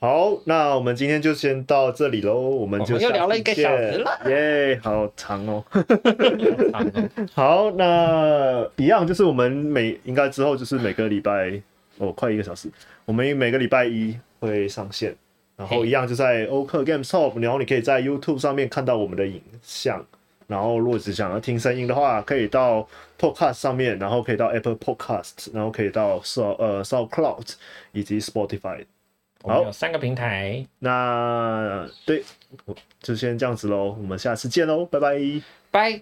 A: 好，那我们今天就先到这里喽，我们
B: 我
A: 就
B: 们又聊了一
A: 下
B: 个
A: 次
B: 小
A: 见
B: 时了，
A: 耶好长哦。
B: 差不多
A: 好，那一样就是我们每应该之后就是每个礼拜哦，快一个小时，我们每个礼拜一会上线，然后
B: 嘿
A: 一样就在欧克 Games Hub，然后你可以在 YouTube 上面看到我们的影像。然后，如果只想要听声音的话，可以到 Podcast 上面，然后可以到 Apple Podcast，然后可以到 So 呃 SoundCloud 以及 Spotify
B: 我们有三个平台，
A: 那对，我就先这样子喽，我们下次见喽，拜拜。
B: 拜。